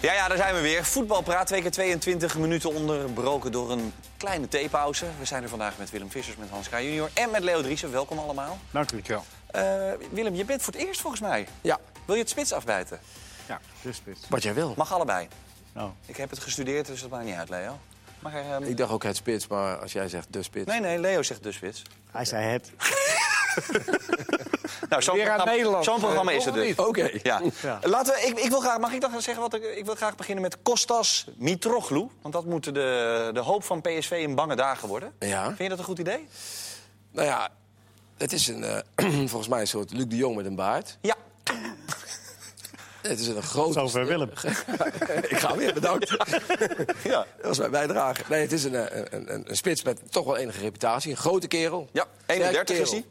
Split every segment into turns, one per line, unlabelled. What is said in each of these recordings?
Ja, ja, daar zijn we weer. Voetbalpraat, twee keer 22 minuten onderbroken door een kleine theepauze. We zijn er vandaag met Willem Vissers, met Hans Kraaij junior en met Leo Driessen. Welkom allemaal.
Dank u. wel.
Eh, Willem, je bent voor het eerst volgens mij.
Ja,
Wil je het spits afbijten?
Ja, de spits.
wat jij wil.
Mag allebei.
Nou,
Ik heb het gestudeerd, dus dat maakt niet uit, Leo. Maar, ehm,
Ik dacht ook het spits, maar als jij zegt de spits.
Nee, nee, Leo zegt de spits.
Hij zei het.
Nou, zo'n
Weer aan
programma,
Nederland.
zo'n programma
Eh,
is het
toch
dus.
Oké.
Ja.
Ja.
Laten we, ik, ik wil graag, mag ik dan gaan zeggen wat ik, ik wil graag beginnen met Kostas Mitroglou. Want dat moet de, de hoop van PSV in bange dagen worden.
Ja.
Vind je dat een goed idee?
Nou ja, het is een, eh, volgens mij een soort Luc de Jong met een baard.
Ja.
Het is een grote...
Zover Willem.
Ik ga weer, bedankt.
ja.
Dat was mijn bijdrage. Nee, het is een, eh, een, een, een spits met toch wel enige reputatie. Een grote kerel.
Ja, 31 is hij.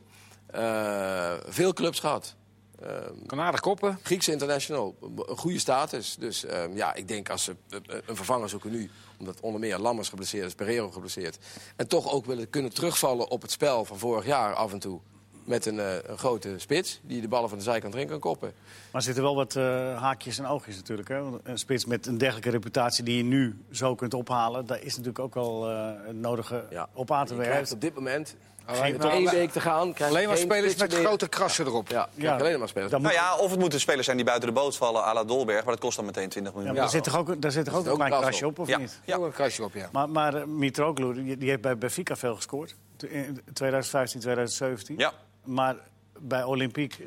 hij. veel clubs gehad. Ehm,
kan aardig koppen.
Griekse international, een goede status. Dus ehm, ja, ik denk als ze eh, een vervanger zoeken nu... omdat onder meer Lammers geblesseerd is, Pereiro geblesseerd... en toch ook willen kunnen terugvallen op het spel van vorig jaar af en toe... met een, eh, een grote spits die de ballen van de zijkant erin kan koppen.
Maar er zitten wel wat eh, haakjes en oogjes natuurlijk. Hè? Want een spits met een dergelijke reputatie die je nu zo kunt ophalen... daar is natuurlijk ook al eh, het nodige
Ja.
op aan te
Je krijgt
werken.
op dit moment
Alleen
nog
maar-
één week te gaan. krijg je
Alleen maar
geen
spelers
spits
met
meer.
grote krassen erop.
Ja, krijg je alleen maar spelers.
Dan moet-
Nou ja, of het moeten spelers zijn die buiten de boot vallen à la Dolberg. Maar dat kost dan meteen 20
ja,
miljoen.
maar
Ja.
Daar zit toch ook, daar zit toch ook
ook
een klein
een
krasje
kras op.
op, of
Ja.
niet?
Ja. een krasje op, ja.
Maar, maar eh, Mitroglou, die, die heeft bij Benfica veel gescoord. In 2015, 2017.
Ja.
Maar bij Olympiek,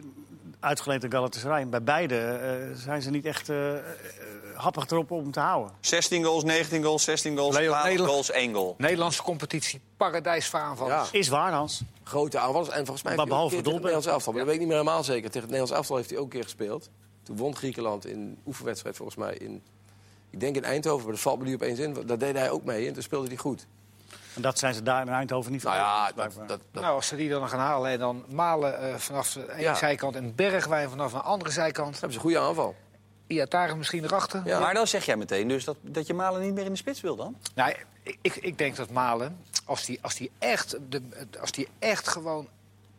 uitgeleend aan Galatasaray... bij beide eh, zijn ze niet echt eh, eh, happig erop om te houden.
16 goals, 19 goals, 16 goals,
Leo
12
Nederland.
goals, 1 goal.
Nederlandse competitie, paradijs voor aanvallers.
Ja.
Is waar, Hans.
grote aanvallers. En volgens mij
Maar
heeft hij ook
behalve
een keer tegen het
Dolberg.
Nederlands elftal. Maar dat weet ik niet meer helemaal zeker. Tegen het Nederlands elftal heeft hij ook een keer gespeeld. Toen won Griekenland in een oefenwedstrijd volgens mij in... Ik denk in Eindhoven, maar dat valt me nu opeens in. want Daar deed hij ook mee en toen speelde hij goed.
En dat zijn ze daar in Eindhoven niet
Nou ja, dat,
blijkbaar.
dat, dat-
Nou, als ze die dan gaan halen en dan malen eh, vanaf de ene
Ja.
zijkant en Bergwijn vanaf een andere zijkant.
hebben ze een goede aanval.
Iataren misschien erachter.
Ja.
Maar dan zeg jij meteen dus dat, dat je Malen niet meer in de spits wil dan?
Nou, ik- ik, ik denk dat Malen, als die, als, die echt de, als die echt gewoon,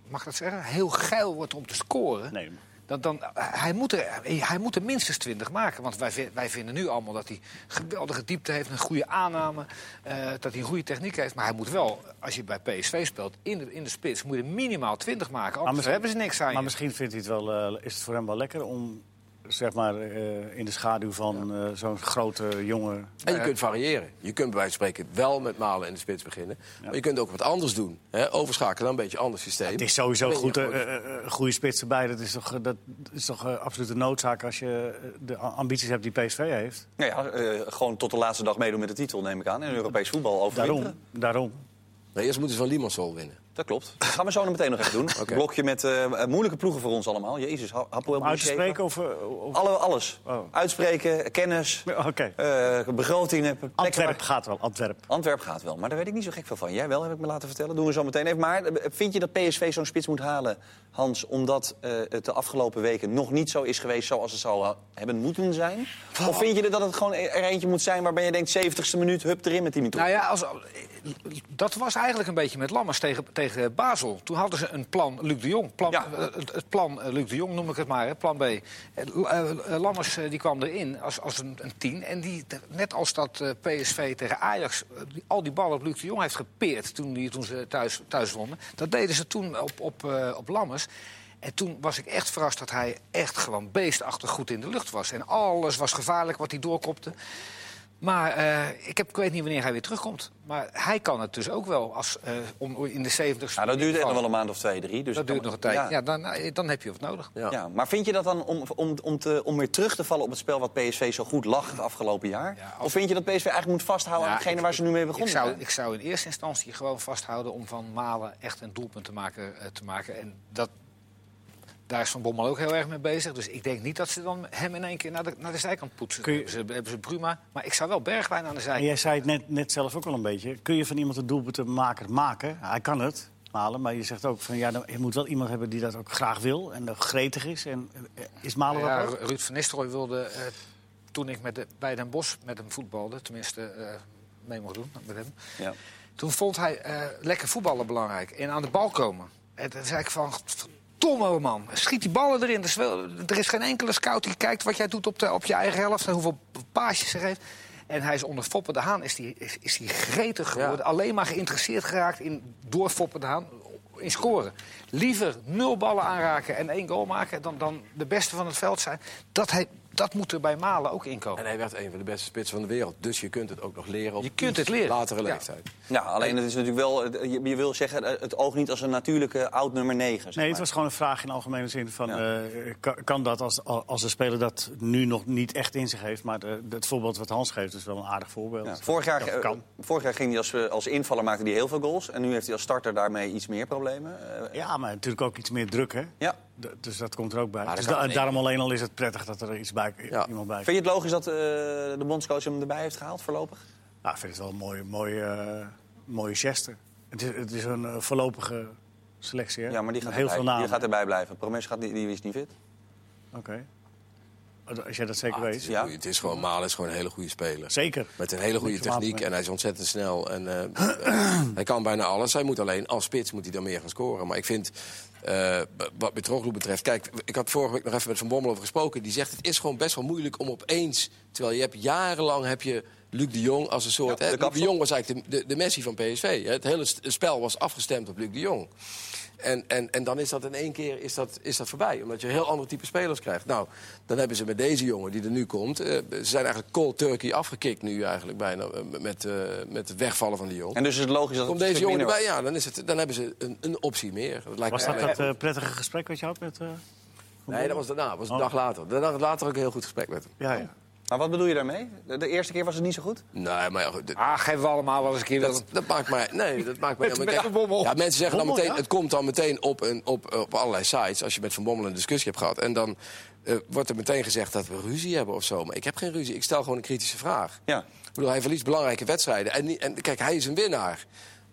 mag ik dat zeggen, heel geil wordt om te scoren.
Nee,
Dan, dan, hij, moet er, hij moet er minstens 20 maken. Want wij, vi- wij vinden nu allemaal dat hij geweldige diepte heeft, een goede aanname, eh, dat hij een goede techniek heeft. Maar hij moet wel, als je bij PSV speelt, in de, in de spits, moet je er minimaal 20 maken. Anders
misschien-
hebben ze niks aan
maar
je.
misschien vindt hij het wel, eh, is het voor hem wel lekker om zeg maar, eh, in de schaduw van eh, zo'n grote jongen.
En je kunt variëren. Je kunt bij wijze van spreken wel met malen in de spits beginnen. Maar je kunt ook wat anders doen. Hè? Overschakelen, dan een beetje ander systeem.
Het is sowieso
Dan ben je
goed, eh,
gewoon-
eh, eh, goede spits erbij. Dat is toch, eh, dat is toch eh, absoluut een noodzaak als je eh, de a- ambities hebt die PSV heeft.
Nou ja, eh, gewoon tot de laatste dag meedoen met de titel neem ik aan. In Europees voetbal overwinteren.
Daarom, daarom.
Maar eerst moeten ze van Limassol winnen.
Dat klopt. Dat gaan we zo nog meteen nog even doen. Een blokje met eh, moeilijke ploegen voor ons allemaal. Jezus, ha- Hapoel
Om uit te
Beersheva.
spreken of... eh, of-
Alle, alles.
Oh.
Uitspreken, kennis,
Oké,
eh, begrotingen. plekken
Antwerp
waar-
gaat wel, Antwerp.
Antwerp gaat wel, maar daar weet ik niet zo gek veel van. Jij wel, heb ik me laten vertellen. Doen we zo meteen even. Maar eh, vind je dat PSV zo'n spits moet halen, Hans... omdat eh, het de afgelopen weken nog niet zo is geweest zoals het zou ha- hebben moeten zijn? Of vind je dat het gewoon e-, er eentje moet zijn waarbij je denkt... 70ste minuut, hup erin met die minuut.
Nou ja, als, dat was eigenlijk een beetje met Lammers tegen, tegen Basel. Toen hadden ze een plan Luc de Jong. Plan,
Ja.
eh, het, het plan eh, Luc de Jong noem ik het maar, hè, plan B. Eh, L- eh, Lammers eh, die kwam erin als, als een, een tien. En die, net als dat eh, PSV tegen Ajax eh, die- al die ballen op Luc de Jong heeft gepeerd... toen, die, toen ze thuis, thuis wonnen. Dat deden ze toen op, op, eh, op Lammers. En toen was ik echt verrast dat hij echt gewoon beestachtig goed in de lucht was. En alles was gevaarlijk wat hij doorkopte. Maar eh, ik, heb, ik weet niet wanneer hij weer terugkomt. Maar hij kan het dus ook wel als, eh, om in de 70
Nou, dat duurt echt nog wel een maand of twee, drie. Dus
Dat duurt nog een tijd.
Ja.
Ja. dan, eh, dan heb je wat nodig.
Ja.
Ja, maar vind je dat dan om, om, om, te, om weer terug te vallen op het spel wat PSV zo goed lag het afgelopen jaar?
Ja, als-
Of vind je dat PSV eigenlijk moet vasthouden
Ja,
aan hetgene
ik-
Nou, waar ze nu mee begonnen
Ik zou,
zijn?
ik zou in eerste instantie gewoon vasthouden om van Malen echt een doelpunt te maken. eh, te maken. En dat, daar is Van Bommel ook heel erg mee bezig. Dus ik denk niet dat ze dan hem in één keer naar de, naar de zijkant poetsen.
Kun je-
Hebben, ze, hebben ze Bruma. Maar ik zou wel Bergwijn aan de
En
zijkant.
jij zei het net, net zelf ook al een beetje. Kun je van iemand een doelpuntenmaker maken? Hij kan het, Malen. Maar je zegt ook van ja, dan, je moet wel iemand hebben die dat ook graag wil en dat gretig is. En eh, is Malen
Ja,
dat ook?
Ru- Ruud van Nistelrooy wilde, eh, toen ik met de, bij Den Bos met hem voetbalde, tenminste eh, mee mocht doen met hem.
Ja.
Toen vond hij eh, lekker voetballen belangrijk en aan de bal komen. En toen zei ik van, verdomme man, schiet die ballen erin. Er is, wel- er is geen enkele scout die kijkt wat jij doet op, de, op je eigen helft en hoeveel paasjes gegeven. En hij is onder Foppe de Haan is die, is, is die gretig geworden. Alleen maar geïnteresseerd geraakt in, door Foppe de Haan in scoren. Liever nul ballen aanraken en één goal maken... dan, dan de beste van het veld zijn. Dat, hij, dat moet er bij Malen ook inkomen.
En hij werd een van de beste spitsen van de wereld. Dus je kunt het ook nog leren op
Je kunt het
iets
leren,
latere
ja.
leeftijd.
Ja, alleen het is natuurlijk wel... het- Je, je wil zeggen, eh, het oog niet als een natuurlijke oud nummer 9.
Nee, het was gewoon een vraag in algemene zin. Van,
Ja.
eh, ka- kan dat als, als een speler dat nu nog niet echt in zich heeft? Maar de- het voorbeeld wat Hans geeft is wel een aardig voorbeeld.
Ja, vorig, jaar,
Dat
eh,
kan.
vorig jaar ging hij als, eh, als invaller maakte hij heel veel goals. En nu heeft hij als starter daarmee iets meer problemen. Eh,
Ja, maar natuurlijk ook iets meer druk, hè?
ja.
D- dus dat komt er ook bij.
dat
Dus
kan
da-
ook niet.
daarom alleen al is het prettig dat er iets bij,
Ja.
iemand bij
Vind je het logisch dat eh, de bondscoach hem erbij heeft gehaald voorlopig?
Nou, ik vind het wel een mooie, mooie, eh, mooie geste. Het is, het is een eh, voorlopige selectie, hè?
Ja, maar die gaat,
Heel
erbij,
veel namen.
Die gaat erbij blijven. Promes gaat, niet- die is niet fit.
Oké. Als jij dat zeker
Ah, het, is
weet.
een
Ja.
goeie- het is gewoon Malen is gewoon een hele goede speler.
Zeker.
Met een hele goede
Niks te maken
techniek
mee.
en hij is ontzettend snel. En, eh, hij kan bijna alles. Hij moet alleen als spits moet hij dan meer gaan scoren. Maar ik vind, eh, b- wat Betroogloe betreft... Kijk, ik had vorige week nog even met Van Bommel over gesproken. Die zegt, het is gewoon best wel moeilijk om opeens... Terwijl je hebt jarenlang heb je Luc de Jong als een soort...
Ja,
hè,
de
Luc de
kapsel.
Jong was eigenlijk de, de, de Messi van PSV. hè. Het hele st- spel was afgestemd op Luc de Jong. En, en, en dan is dat in één keer is dat, is dat voorbij. Omdat je een heel ander type spelers krijgt. Nou, dan hebben ze met deze jongen die er nu komt. eh, ze zijn eigenlijk cold turkey afgekikt nu eigenlijk bijna. eh, met, eh, met het wegvallen van die jongen.
En dus is het logisch dat
Komt
het een
deze
stuk
jongen
minder
erbij? Ja, dan, is het, dan hebben ze een, een optie meer. Dat lijkt
Was
me
dat
alleen.
dat eh, prettige gesprek wat je had met... eh,
Nee, dat was daarna. Dat was een
Oh.
dag later. De dag later ook een heel goed gesprek met hem.
ja, ja.
Maar wat bedoel je daarmee? De, de eerste keer was het niet zo goed?
Nee, maar ja, goed, dit-
Ah, geven we allemaal wel eens een keer...
Dat,
Dat...
dat maakt mij. Nee, dat maakt mij. helemaal-
Met- met
kijk,
Van Bommel.
Ja, mensen zeggen dan
Bommel,
meteen.
ja.
Het komt dan meteen op, een, op, eh, op allerlei sites. Als je met Van Bommel een discussie hebt gehad. En dan eh, wordt er meteen gezegd dat we ruzie hebben of zo. Maar ik heb geen ruzie. Ik stel gewoon een kritische vraag.
Ja.
Ik bedoel, hij verliest belangrijke wedstrijden. En, niet- en kijk, hij is een winnaar.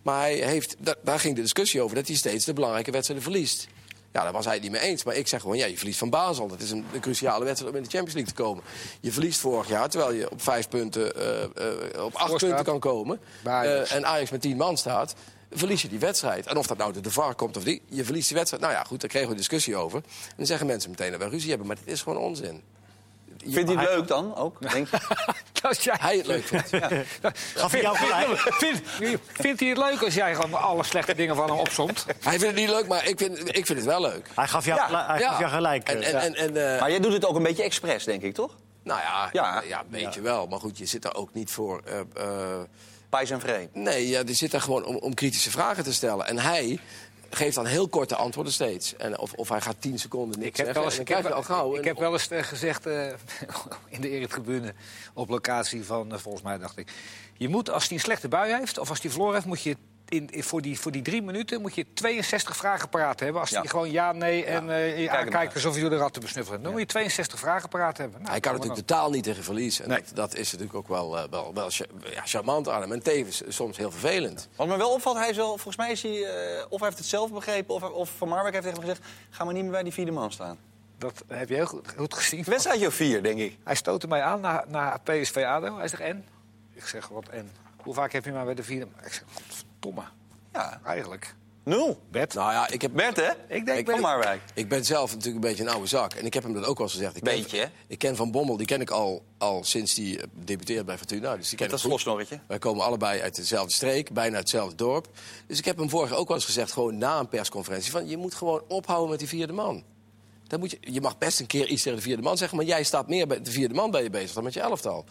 Maar hij heeft, da- daar ging de discussie over dat hij steeds de belangrijke wedstrijden verliest. Ja, daar was hij het niet mee eens. Maar ik zeg gewoon, ja, je verliest van Basel. Dat is een, een cruciale wedstrijd om in de Champions League te komen. Je verliest vorig jaar, terwijl je op vijf punten, eh, eh, op acht
Voorstaat.
punten kan komen.
Bij Ajax.
Eh, en Ajax met tien man staat, verlies je die wedstrijd. En of dat nou door de VAR komt of niet, je verliest die wedstrijd. Nou ja, goed, daar kregen we een discussie over. En dan zeggen mensen meteen dat we ruzie hebben. Maar dit is gewoon onzin.
Vindt hij het leuk dan ook? Denk je?
Als jij...
Hij het leuk vindt.
Gaf hij jou gelijk?
Vind, vindt hij het leuk als jij gewoon alle slechte dingen van hem opzomt?
Hij vindt het niet leuk, maar ik vind, ik vind het wel leuk.
Hij gaf jou,
Ja,
gelijk- hij
Ja.
gaf jou gelijk.
En,
eh,
en,
ja.
en, en, eh,
Maar jij doet het ook een beetje expres, denk ik, toch?
nou ja,
Ja.
ja. weet je wel. Maar goed, je zit daar ook niet voor. eh, eh,
Pijs en Vree.
nee, ja, je zit daar gewoon om, om kritische vragen te stellen. En hij geeft dan heel korte antwoorden steeds. En of, of hij gaat 10 seconden niks
Ik heb
zeggen.
wel eens,
en
ik
dan
heb,
krijg je al gauw.
ik
een-
heb wel eens eh, gezegd eh, in de Eretribune op locatie van, eh, volgens mij dacht ik... Je moet, als hij een slechte bui heeft of als hij verloren heeft... moet je in, in- voor, die, voor die drie minuten moet je 62 vragen paraat hebben. Als
Ja.
hij gewoon ja, nee en eh,
hem
je
maar.
aankijkt alsof je door de rat te besnuffelen. Dan moet je 62 vragen paraat hebben. Nou,
Hij kan
kom maar
natuurlijk totaal niet tegen verlies. En
Nee.
dat, dat is natuurlijk ook wel, eh, wel, wel cha- ja, charmant aan hem. En tevens eh, soms heel vervelend.
Wat me wel opvalt, hij is wel, volgens mij is hij, eh, of hij heeft het zelf begrepen, of, of Van Marwijk heeft tegen hem gezegd, ga maar niet meer bij die vierde man staan.
dan. Dat heb je heel goed, goed gezien.
Wedstrijdje of vier, denk ik.
Hij stootte mij aan na, na PSV ADO. Hij zegt en? Ik zeg wat en? Hoe vaak heb je mij bij de vierde? Ik zeg, godverdomme,
Ja,
eigenlijk.
nul.
Bert?
Nou ja, ik heb,
Bert, hè?
Ik denk
Van
Bert.
Marwijk.
Ik ben zelf natuurlijk een beetje een oude zak. En ik heb hem dat ook wel eens gezegd. Ik
Beetje, hè?
Ken, ik ken Van Bommel, die ken ik al, al sinds die eh, debuteerde bij Fortuna. Dus die ken
Dat is
ik goed.
Vlosnorretje.
Wij komen allebei uit dezelfde streek, bijna uit hetzelfde dorp. Dus ik heb hem vorige ook wel eens gezegd, gewoon na een persconferentie... van je moet gewoon ophouden met die vierde man. Dan moet je, je mag best een keer iets tegen de vierde man zeggen... maar jij staat meer bij de vierde man bij je bezig dan met je elftal.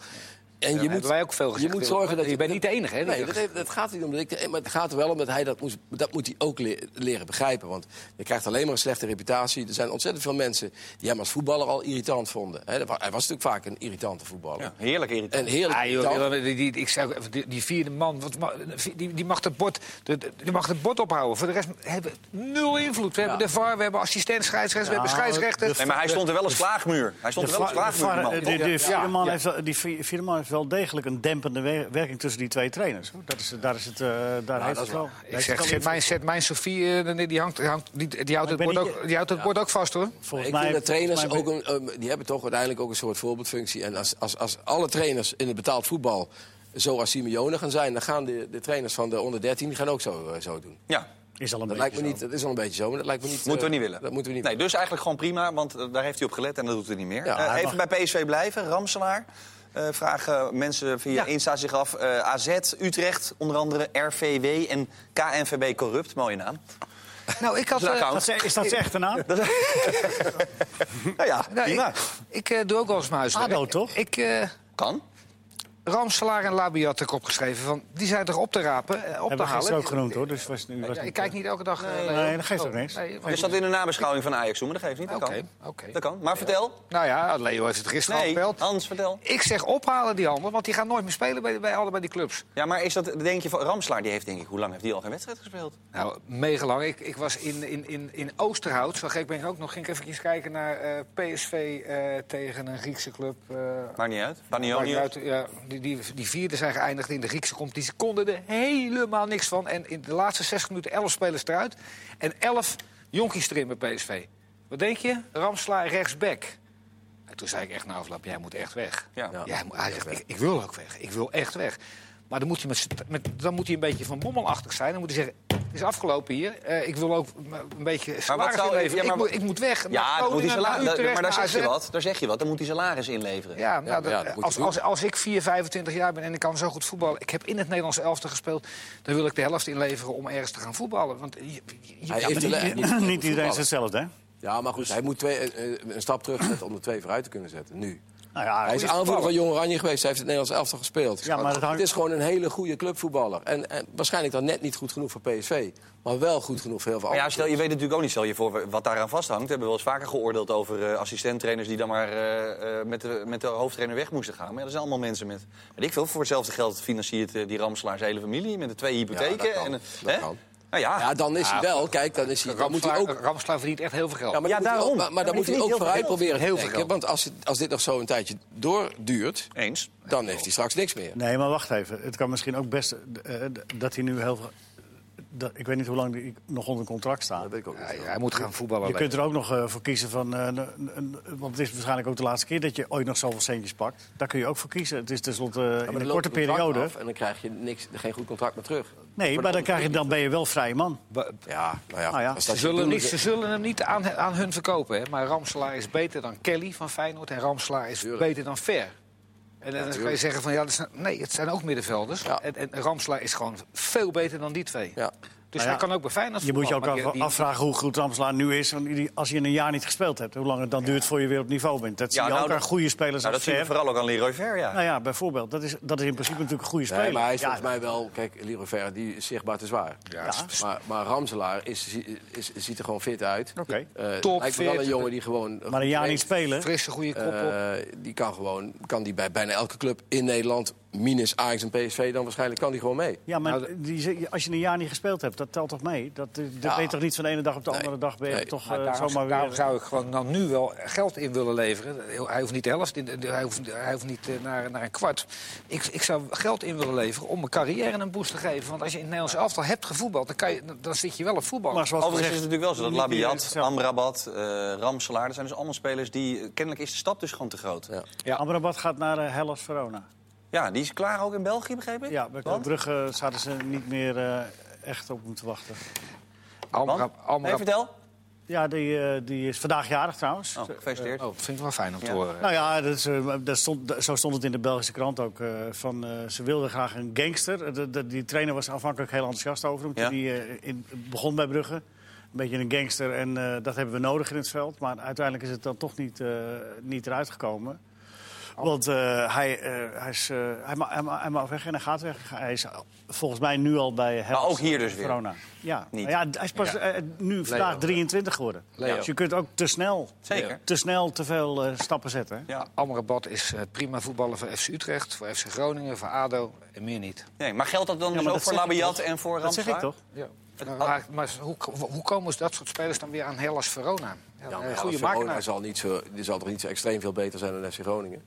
En je
hebben wij ook veel gezegd,
Je moet
Willem.
zorgen dat
Je bent niet de enige, hè, die
Nee,
dat
dat, heeft- dat gaat niet om dat ik. de- Maar het gaat er wel om dat hij dat, moest, dat moet hij ook le- leren begrijpen. Want je krijgt alleen maar een slechte reputatie. Er zijn ontzettend veel mensen die hem als voetballer al irritant vonden. Hè, dat wa- hij was natuurlijk vaak een irritante voetballer.
Ja, heerlijk irritant.
En
Nou,
heerlijk.
Ah, joh,
irritant.
Willem, die, die- ik zou even, die, die vierde man, wat, ma- die, die, mag het bord, de- de- die mag het bord ophouden. Voor de rest hebben we nul invloed. We hebben de VAR, we hebben assistent scheidsrechter, we
Ja,
hebben scheidsrechter.
Nee, maar hij stond er wel als klaagmuur. Hij stond er wel als
vla-
klaagmuur. die
vla-
man.
eh, de- de
Ja.
vierde man
Ja.
heeft wel- Die vi- vierde man heeft wel degelijk een dempende wer- werking tussen die twee trainers. hoor. Dat is, daar is het, eh, daar heeft
dat
het
is
wel.
waar.
daar
Ik
heeft het
zeg,
wel
zet
iets-
mijn, zet mijn Sofie, eh, die, die, hangt, die hangt- die, die houdt het,
ben
bord
niet-
ook, die houdt het bord ook vast, hoor.
Volgens
ik vind dat trainers
volgens
ook een, ehm, die hebben toch uiteindelijk ook een soort voorbeeldfunctie. En als, als, als alle trainers in het betaald voetbal zoals Simeone gaan zijn, dan gaan de, de trainers van de onder 13 die gaan ook zo, eh, zo doen.
Ja,
is al een beetje
Dat, lijkt me
zo.
niet, dat is al een beetje zo, maar dat lijkt me niet.
moeten we
eh,
niet willen.
Dat moeten we niet.
nee, Dus eigenlijk gewoon prima, want eh, daar heeft hij op gelet en dat doet hij niet meer.
Ja,
Eh,
hij
even bij PSV blijven, Ramselaar. Eh, eh, vragen mensen via Insta zich af. Eh, AZ, Utrecht, onder andere RVW en KNVB Corrupt. Mooie naam.
Nou, ik
Dat
had...
is een
eh,
account.
Dat ze- is dat zijn echte naam?
Nou ja,
nou,
prima.
ik ik eh, doe ook wel eens mijn huiswerk.
ADO, toch?
Ik, eh
Kan.
Ramselaar en Labiat heb ik opgeschreven. Van, die zijn toch op te rapen, eh, op te
Hebben we gisteren
halen.
ook genoemd, hoor. Dus was, nu was
Ja,
niet-
ik kijk niet elke dag. eh, Leo.
nee, dat geeft ook
Oh,
niks.
nee, maar-
Is dat in de nabeschouwing van Ajax doen? Maar dat geeft niet. Dat
Oké,
kan.
oké.
Dat kan. Maar vertel.
Nou ja, Leo heeft het gisteren al
Nee,
gebeld.
Hans, vertel.
Ik zeg ophalen die handel, want die gaan nooit meer spelen bij, bij allebei die clubs.
Ja, maar is dat, denk je, van Ramslaar, die heeft denk ik, hoe lang heeft die al geen wedstrijd gespeeld?
Nou, mega lang. Ik, ik was in, in, in, in Oosterhout, zo gek ben ik ook nog. Ging ik even kijken naar eh, PSV eh, tegen een Griekse club. eh,
Maakt niet uit.
maakt niet
Panionius.
uit, ja, die, die, die vierde zijn geëindigd in de Griekse competitie. Konden er helemaal niks van. En in de laatste 60 minuten 11 spelers eruit. En 11 jonkies erin bij PSV. Wat denk je? Ramsla rechtsback. En toen zei ik echt na afloop, jij moet echt weg.
Ja.
Ja, hij moet- hij zegt, ik, ik wil ook weg. Ik wil echt weg. Maar dan moet, hij met, z'n- met- dan moet hij een beetje van bommelachtig zijn. Dan moet hij zeggen, het is afgelopen hier. Eh, ik wil ook m- een beetje salaris
zou- ja,
inleveren.
maar
ik, moet,
wat-
ik moet weg. Naar
Ja, dan moet die
Groningen,
salaris,
naar Utrecht,
maar daar
naar
zeg je
AZ.
wat. Daar zeg je wat. Dan moet hij salaris inleveren.
Ja, nou,
Ja, maar ja,
dat-
dat moet je
als,
doen.
als, als ik 4, 25 jaar ben en ik kan zo goed voetballen... ik heb in het Nederlandse elfte gespeeld... dan wil ik de helft inleveren om ergens te gaan voetballen. Want je, je-
Hij heeft
Maar
de-
niet-
hij heeft de-
Niet iedereen is
voetballen.
hetzelfde, hè?
Ja, maar
Dus-
goed, hij moet twee, eh, eh, een stap terugzetten om er twee vooruit te kunnen zetten. Nu.
Nou ja,
Ah,
Oh,
Hij is aanvoerder van Jong Oranje geweest. Hij heeft het Nederlands elftal gespeeld.
Ja, maar dat hangt-
Het is gewoon een hele goede clubvoetballer. En, en waarschijnlijk dan net niet goed genoeg voor PSV. Maar wel goed genoeg voor heel veel
Maar ja,
andere
stel, je weet natuurlijk ook niet, stel je voor, wat daaraan vasthangt. We hebben wel eens vaker geoordeeld over eh assistenttrainers die dan maar eh, eh, met, de, met de hoofdtrainer weg moesten gaan. Maar ja, dat zijn allemaal mensen met, weet ik veel, voor hetzelfde geld financiert eh, die Ramslaar zijn hele familie met de twee hypotheken.
kan.
en, eh,
Dat
hè?
kan.
Nou ja,
clubs. Ja, dan is hij wel. Kijk, dan, is hij, dan moet hij ook...
Ramslaar, Ramslaar verdient echt heel veel geld.
Ja, Nou, maar
Ja,
dan moet hij
daarom.
ook- maar-
Ja,
maar dan moet hij ook
heel veel
vooruit
geld.
proberen
Heel
te
veel
denken.
geld.
Want als, het- als dit nog zo een tijdje doorduurt...
eens.
dan heeft hij straks niks meer.
Nee, maar wacht even. Het kan misschien ook best eh, d- dat hij nu heel veel... dat- ik weet niet hoe lang hij nog onder contract staat.
weet ik ook niet.
Ja, hij moet gaan voetballen.
Je
alleen.
kunt er ook nog eh, voor kiezen van... eh, n- n- want het is waarschijnlijk ook de laatste keer dat je ooit nog zoveel centjes pakt. Daar kun je ook voor kiezen. Het is tenslotte eh,
Ja,
in
maar
een
dan loopt
korte
het contract
periode.
af En dan krijg je niks, geen goed contract meer terug.
Nee, maar dan, krijg je, dan ben je wel vrij man.
Ba-
Ja, nou ja.
Nou ja.
als
Ze
dat je
zullen, hem
bedoelt,
niet, ze zullen hem niet aan, aan hun verkopen. Hè? Maar Ramselaar is beter dan Kelly van Feyenoord. En Ramselaar is
Tuurlijk.
beter dan Ver. En dan kan je
tuurlijk.
zeggen van ja, dat zijn- nee, het zijn ook middenvelders.
Ja.
En, en Ramselaar is gewoon veel beter dan die twee.
Ja.
Dus
Nou ja,
hij kan ook bij Feyenoord
Je moet je ook
voetballen, maar
af-
die- die-
afvragen hoe goed Ramselaar nu is. Want die- als je in een jaar niet gespeeld hebt, hoe lang het dan duurt voor je weer op niveau bent. Dat zie
Ja,
je
nou,
ook aan
dat-
goede spelers
Nou, dat
als
zien we
Ver.
vooral ook aan Leroy Ver, ja.
Nou ja, bijvoorbeeld. Dat is, dat is in principe natuurlijk een goede
Nee,
speler.
maar hij is
Ja,
volgens mij wel... Kijk, Leroy Verre, die is zichtbaar te zwaar.
Ja.
Maar, maar Ramselaar is, is, ziet er gewoon fit uit.
Oké.
Eh,
Top
lijkt me wel een
fit.
jongen die gewoon...
Maar een jaar niet spelen.
frisse goede kop op.
Eh, die kan gewoon, kan die bij bijna elke club in Nederland, minus Ajax en PSV, dan waarschijnlijk kan die gewoon mee.
Ja, maar
Nou,
die, als je een jaar niet gespeeld hebt, dat telt toch mee? Dat, dat
Ja.
weet toch niet van de ene dag op de
Nee.
andere dag ben je
Nee.
toch
Maar
eh,
daarom,
zomaar
daarom
weer...
zou ik gewoon dan nu wel geld in willen leveren. Hij hoeft niet de helft, in, de- hij hoeft, hij hoeft niet eh, naar, naar een kwart. Ik, ik zou geld in willen leveren om mijn carrière een boost te geven. Want als je in het Nederlands elftal hebt gevoetbald, dan, kan je, dan- dan zit je wel op voetbal.
Maar zoals
Overigens is
gezegd,
het natuurlijk wel zo dat
niet iedereen is
Labiat,
hetzelfde.
Amrabat, eh, Ramselaar... dat zijn dus allemaal spelers die... Kennelijk is de stap dus gewoon te groot. Ja,
Ja.
Amrabat gaat naar eh, Hellas Verona.
die is klaar ook in België, begreep ik?
Ja, bij Club
Want?
Brugge eh, zouden ze niet meer eh, echt op moeten wachten.
Want?
Amra, Amra,
Nee, vertel.
Ja, die, eh, die is vandaag jarig trouwens.
Oh, gefeliciteerd.
oh, dat vind ik wel fijn om te
Ja.
horen.
Nou ja, dat is, eh, dat stond, dat- zo stond het in de Belgische krant ook. eh, van, eh, ze wilden graag een gangster. Eh, de- de- die trainer was aanvankelijk heel enthousiast over hem.
Ja.
Toen die eh, in, begon bij Brugge. Een beetje een gangster en eh, dat hebben we nodig in het veld. Maar uiteindelijk is het dan toch niet, eh, niet eruit gekomen. Want eh, hij, eh, hij, is, eh, hij, ma- hij, ma- hij mag weg en hij gaat weg. Hij is al- volgens mij nu al bij Hellas
ook hier dus weer?
Verona. Ja.
Niet.
Maar ja, hij is pas eh, nu vandaag 23 geworden.
Leo.
Dus je kunt ook te snel,
Zeker.
te, snel te veel eh, stappen zetten. hè?
Ja.
Amrabat is eh, prima voetballer voor FC Utrecht, voor FC Groningen, voor ADO en meer niet.
Nee, maar geldt dat dan
maar
dus ook
dat
voor
zeg ik
Labiat
toch?
en voor
Dat
Ramselaar?
zeg ik toch? Ah.
Maar, maar hoe, hoe komen ze dat soort spelers dan weer aan Hellas Verona? Ja,
Ja,
eh,
maar
goede
Verona
makenaar.
zal, niet zo, die zal toch niet zo extreem veel beter zijn dan FC Groningen?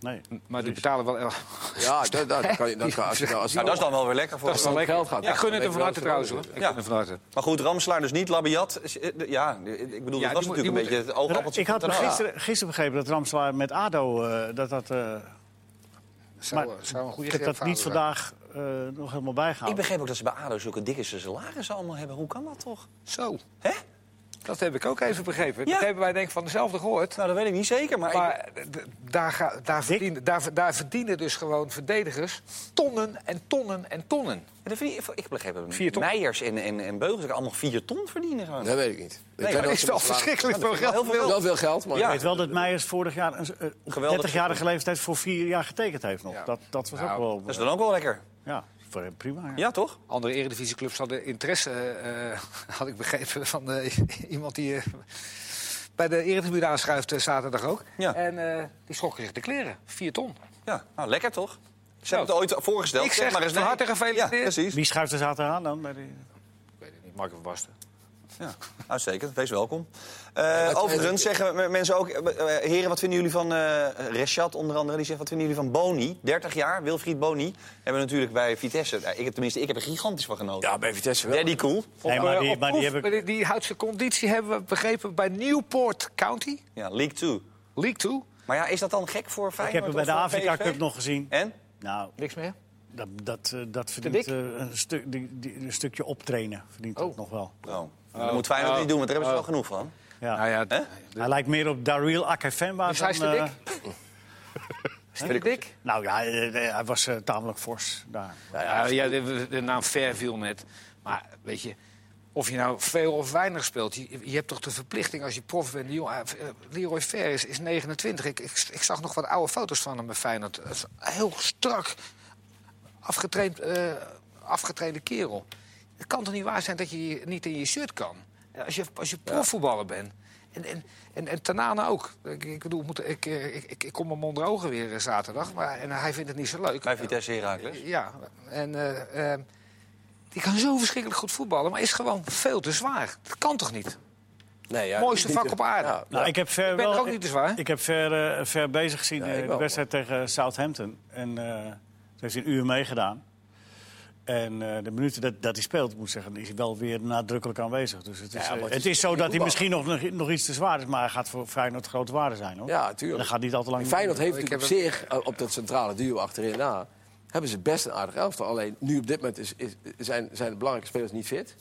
Nee.
Maar die betalen wel...
Ja, dat, dat kan je... Dat kan, als je, nou- als je
Nou, dat is dan wel weer lekker voor
Dat is wel
hem.
lekker.
geld gaat.
ik gun het hem van harte
Ja.
trouwens. Hoor. Ik
Ja.
gun hem van harte.
Maar goed, Ramslaar dus niet, Labiat. is- eh, de- Ja, de- ik bedoel,
Ja,
dat was
die
natuurlijk
moet-
een
die
beetje het oogappeltje.
Ik had
van de nacht.
gisteren, gisteren begrepen dat Ramslaar met ADO... eh, dat dat, eh,
Zou, eh,
Maar
zou een goede
dat, dat
gripvader
niet
zijn.
vandaag eh, nog helemaal
Ik
bijgehaald.
begreep ook dat ze bij ADO zulke dikke salarissen allemaal hebben. Hoe kan dat toch?
Zo.
Hè?
Dat heb ik ook even begrepen.
Ja.
Dat hebben wij denk ik van dezelfde gehoord.
Nou, dat weet ik niet zeker, maar... ik-
Maar eh, d- daar, ga, daar, verdienen, daar, daar verdienen dus gewoon verdedigers tonnen en tonnen en tonnen.
Dat vind ik, ik begreep het
Vier
niet.
ton.
Meijers en, en, en Beugels ik allemaal vier ton verdienen. Gewoon.
Dat weet ik niet. Ik
maar
weet
dat
ze
is wel
me slaan.
Verschrikkelijk
dat
veel
is wel
geld.
heel veel
Wel veel geld, maar
Ja.
Ik weet wel dat Meijers vorig jaar een eh, op
Geweldig
30-jarige leeftijd voor vier jaar getekend heeft nog. Dat, dus dat was
Nou,
ook wel... eh,
Dat is dan ook wel lekker.
Ja, voor hem prima. Ja.
Ja, toch?
Andere eredivisieclubs hadden interesse, eh, had ik begrepen, van eh, iemand die eh, bij de eredivisie aanschuift eh, zaterdag ook.
Ja.
En eh, die schrokken zich de kleren. Vier ton.
Ja, nou, lekker toch? Ze
Zo.
hebben het ooit voorgesteld.
Ik zeg,
maar eens
van
nee.
harte gefeliciteerd.
Ja, precies.
Wie schuift er zaterdag aan dan? Bij die...
Ik weet het niet, Mark van Basten.
Ja, uitstekend. Wees welkom. Eh,
dat-
overigens zeggen me- mensen ook... eh, eh, heren, wat vinden jullie van eh Reshat onder andere? Die zegt, wat vinden jullie van Boni? 30 jaar, Wilfried Boni. Hebben we natuurlijk bij Vitesse... eh, ik heb, tenminste, ik heb er gigantisch van genoten.
Ja, bij Vitesse wel.
Daddy cool.
Nee, maar
eh,
die,
op
maar die
proef.
heb ik...
Maar die- die houdt zijn conditie, hebben we begrepen, bij Newport County,
Ja, League 2.
League 2.
Maar ja, is dat dan gek voor
Ik
Feyenoord?
heb hem bij de
of voor
Afrika
PSV?
Cup nog gezien.
En?
Nou,
Niks meer.
dat, dat, eh, dat verdient
dik?
eh, een, stuk, die, die- een stukje optrainen. Verdient dat
Oh.
nog wel.
Oh. Dat moet Feyenoord niet doen, want daar hebben ze wel genoeg van.
Ja.
Nou ja, d-
Hè?
Hij lijkt meer op Daryl Akefenwa
dus hij is
dan... eh,
te dik. Is hij te dik?
nou ja, eh, eh, hij was eh, tamelijk fors daar.
Eh, Ja, ja, de, de naam Ver viel net. Maar weet je, of je nou veel of weinig speelt... je, je hebt toch de verplichting als je prof bent... Die jongen, eh, Leroy Ver is, is 29. Ik, ik, ik zag nog wat oude foto's van hem bij Feyenoord. Dat is een heel strak, afgetraind, eh, afgetrainde kerel. Het kan toch niet waar zijn dat je je niet in je shirt kan? Eh, Als je, als je profvoetballer bent... En, en, en, en Tanane ook. Ik, ik bedoel, moet- ik, eh, ik, ik, ik kom hem onder ogen weer eh, zaterdag. Maar, en hij vindt het niet zo leuk.
Bij Vitesse Heracles.
Ja, en eh, eh, die kan zo verschrikkelijk goed voetballen, maar is gewoon veel te zwaar. Dat kan toch niet?
Nee, ja,
Mooiste
niet
vak
te-
op aarde.
Ja.
Nou, ik heb ver
ben
wel,
er ook niet te zwaar.
Ik heb ver, eh, ver bezig gezien
ik
eh, de
wel.
wedstrijd tegen Southampton. En eh toen heeft hij een uur meegedaan. En eh, de minuten dat, dat hij speelt, moet ik zeggen, is hij wel weer nadrukkelijk aanwezig. Dus het is,
Ja,
eh,
maar het
het,
is-
is zo
het
dat
is
hij misschien nog, nog- nog iets te zwaar is, maar hij gaat voor Feyenoord grote waarde zijn. Hoor.
Ja, tuurlijk.
Dat gaat niet al te lang.
Feyenoord heeft
Ik
natuurlijk op
heb
zich, eh, op dat centrale duo achterin na... hebben ze best een aardig elftal. Alleen nu op dit moment is, is, zijn, zijn de belangrijke spelers niet fit.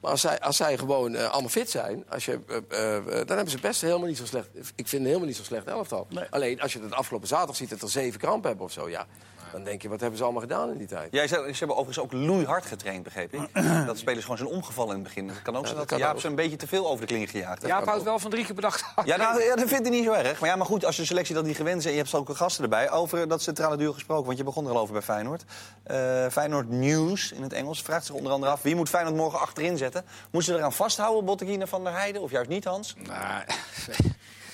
Maar als zij, als zij gewoon eh, allemaal fit zijn... Als je, eh, eh, eh, dan hebben ze best helemaal niet zo slecht... Ik vind het helemaal niet zo slecht elftal.
Nee.
Alleen als je het afgelopen zaterdag ziet dat er zeven kramp hebben of zo... Ja, dan denk je, wat hebben ze allemaal gedaan in die tijd?
Jij zei, ze hebben overigens ook loeihard getraind, begreep ik. Dat de spelers gewoon zijn omgevallen in het begin. Het kan ook zijn dat,
kan
Jaap
ook.
ze een beetje te veel over de kling gejaagd heeft.
Jaap houdt wel van drie keer bedacht.
oh. Ja, nou, ja, dat vindt hij niet zo erg. Maar, ja, maar goed, als je selectie dat niet gewend is en je hebt zulke gasten erbij... over dat centrale duo gesproken, want je begon er al over bij Feyenoord. Eh, Feyenoord News in het Engels vraagt zich onder andere af... wie moet Feyenoord morgen achterin zetten? Moeten ze eraan vasthouden, Botteguin en Van der Heijden? Of juist niet, Hans?
Nou,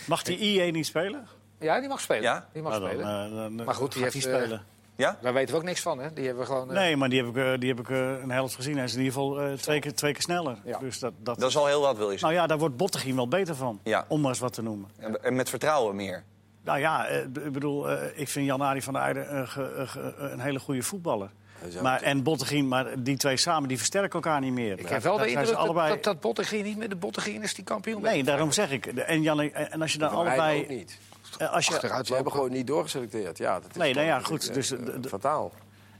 Mag die IE niet spelen?
ja, die mag spelen.
Ja?
Die mag
Nou, dan,
spelen.
eh, dan, eh,
Maar goed, die
gaat
heeft,
hij spelen.
Ja?
Daar weten we ook niks van, hè? Die hebben we gewoon... eh,
nee, maar die heb ik, eh, die heb ik eh, een helft gezien. Hij is in ieder geval eh, twee, keer, twee keer sneller.
Ja.
Dus dat, dat,
Dat is al heel wat, wil je zeggen.
Nou ja, daar wordt Bottegien wel beter van,
Ja.
om maar eens wat te noemen.
En met vertrouwen meer.
Nou ja, eh, ik bedoel, eh, ik vind Jan-Arie van der Eijden een, ge- een ge- eh, een hele goede voetballer.
is ook
Maar, en Bottegien, maar die twee samen, die versterken elkaar niet meer.
Ik heb wel
nou,
de
zijn
indruk
ze
dat, dat, dat Bottegien niet meer de Bottegien is die kampioen werd.
Nee, daarom zeg ik. De- En, Jan, en als je dan
Maar hij
allebei...
ook niet.
eh, Als je,
Achteruit
Ze hebben
lopen.
gewoon niet doorgeselecteerd. Ja, dat is
Nee, nou ja,
gewoon
goed,
natuurlijk,
dus
eh,
de- de-
fataal.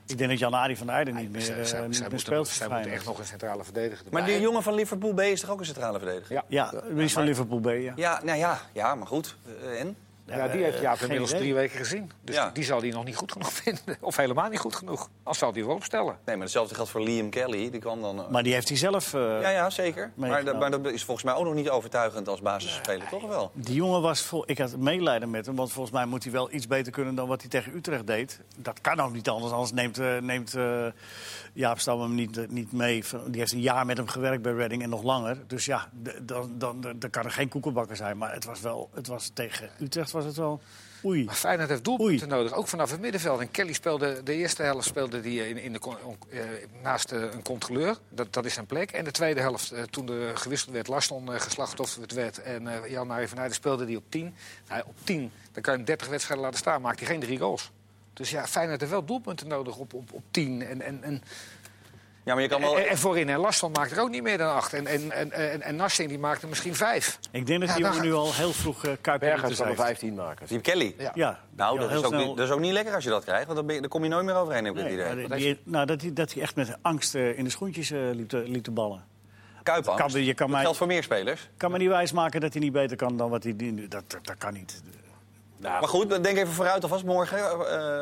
ik denk dat Jan-Arie van der Eijden niet meer,
Zij-
eh,
zij-
niet meer
zij moeten-
speelt.
Zij
voor
moeten echt
Feyenoord.
nog een centrale verdediger
Maar die
erbij.
jongen van Liverpool B is toch ook een centrale verdediger?
Ja.
Ja, die is van Liverpool B, ja.
Ja, nou ja, ja maar goed. Eh, en?
Ja, die heeft Jaap inmiddels
idee.
drie weken gezien. Dus
Ja.
die zal hij nog niet goed genoeg vinden. Of helemaal niet goed genoeg. Als zal hij wel opstellen.
Nee, maar hetzelfde geldt voor Liam Kelly. Die kwam dan... eh,
Maar die heeft hij zelf... eh,
ja, ja, zeker. Maar, dat-
meegenomen.
maar dat is volgens mij ook nog niet overtuigend als basisspeler, toch wel?
Die jongen was vol. Ik had medelijden met hem, want volgens mij moet hij wel iets beter kunnen dan wat hij tegen Utrecht deed. Dat kan ook niet anders, anders neemt, eh, neemt eh, Jaap Stam hem niet, eh, niet mee. Van- Die heeft een jaar met hem gewerkt bij Reading en nog langer. Dus ja, d- dan, dan, dan, kan er geen koekenbakker zijn. Maar het was wel, het was, tegen Utrecht was het wel. Oei.
Maar Feyenoord heeft doelpunten nodig, ook vanaf het middenveld. En Kelly speelde de eerste helft speelde die in, in de, con- on- eh, naast eh, een controleur. Dat, dat is zijn plek. En de tweede helft, eh, toen er gewisseld werd, Larsson eh, geslachtofferd werd... en eh Jan Marie van Heijden speelde die op 10. Nou, op 10, dan kan je hem 30 wedstrijden laten staan, maakt hij geen drie goals. Dus ja, Feyenoord heeft wel doelpunten nodig op, op, op 10. En, en, en,
Ja, maar je kan wel...
en, en voorin, en Larsson maakt er ook niet meer dan acht. En, en, en, en, en Narsing die maakt er misschien vijf.
Ik denk dat die
Ja,
jongen
daar-
nu al heel vroeg uh,
Berghuis
kuiperitis
van de
heeft.
15 maken.
Liam Kelly.
Ja.
Ja,
Nou,
ja,
dat
heel
is, ook
snel-
niet, dat is ook niet lekker als je dat krijgt, want dan, ben je- dan kom je nooit meer overheen, heb ik het
Nee,
idee.
maar die- nou, dat hij dat hij echt met angst eh, in de schoentjes eh, liep, te, liep te ballen.
Kuipangst.
Kan- je kan
dat
mij-
geldt voor meer spelers.
kan me niet wijsmaken dat hij niet beter kan dan wat hij nu... Dat, dat, dat kan niet. Nou.
Maar goed, dan denk even vooruit alvast morgen. eh,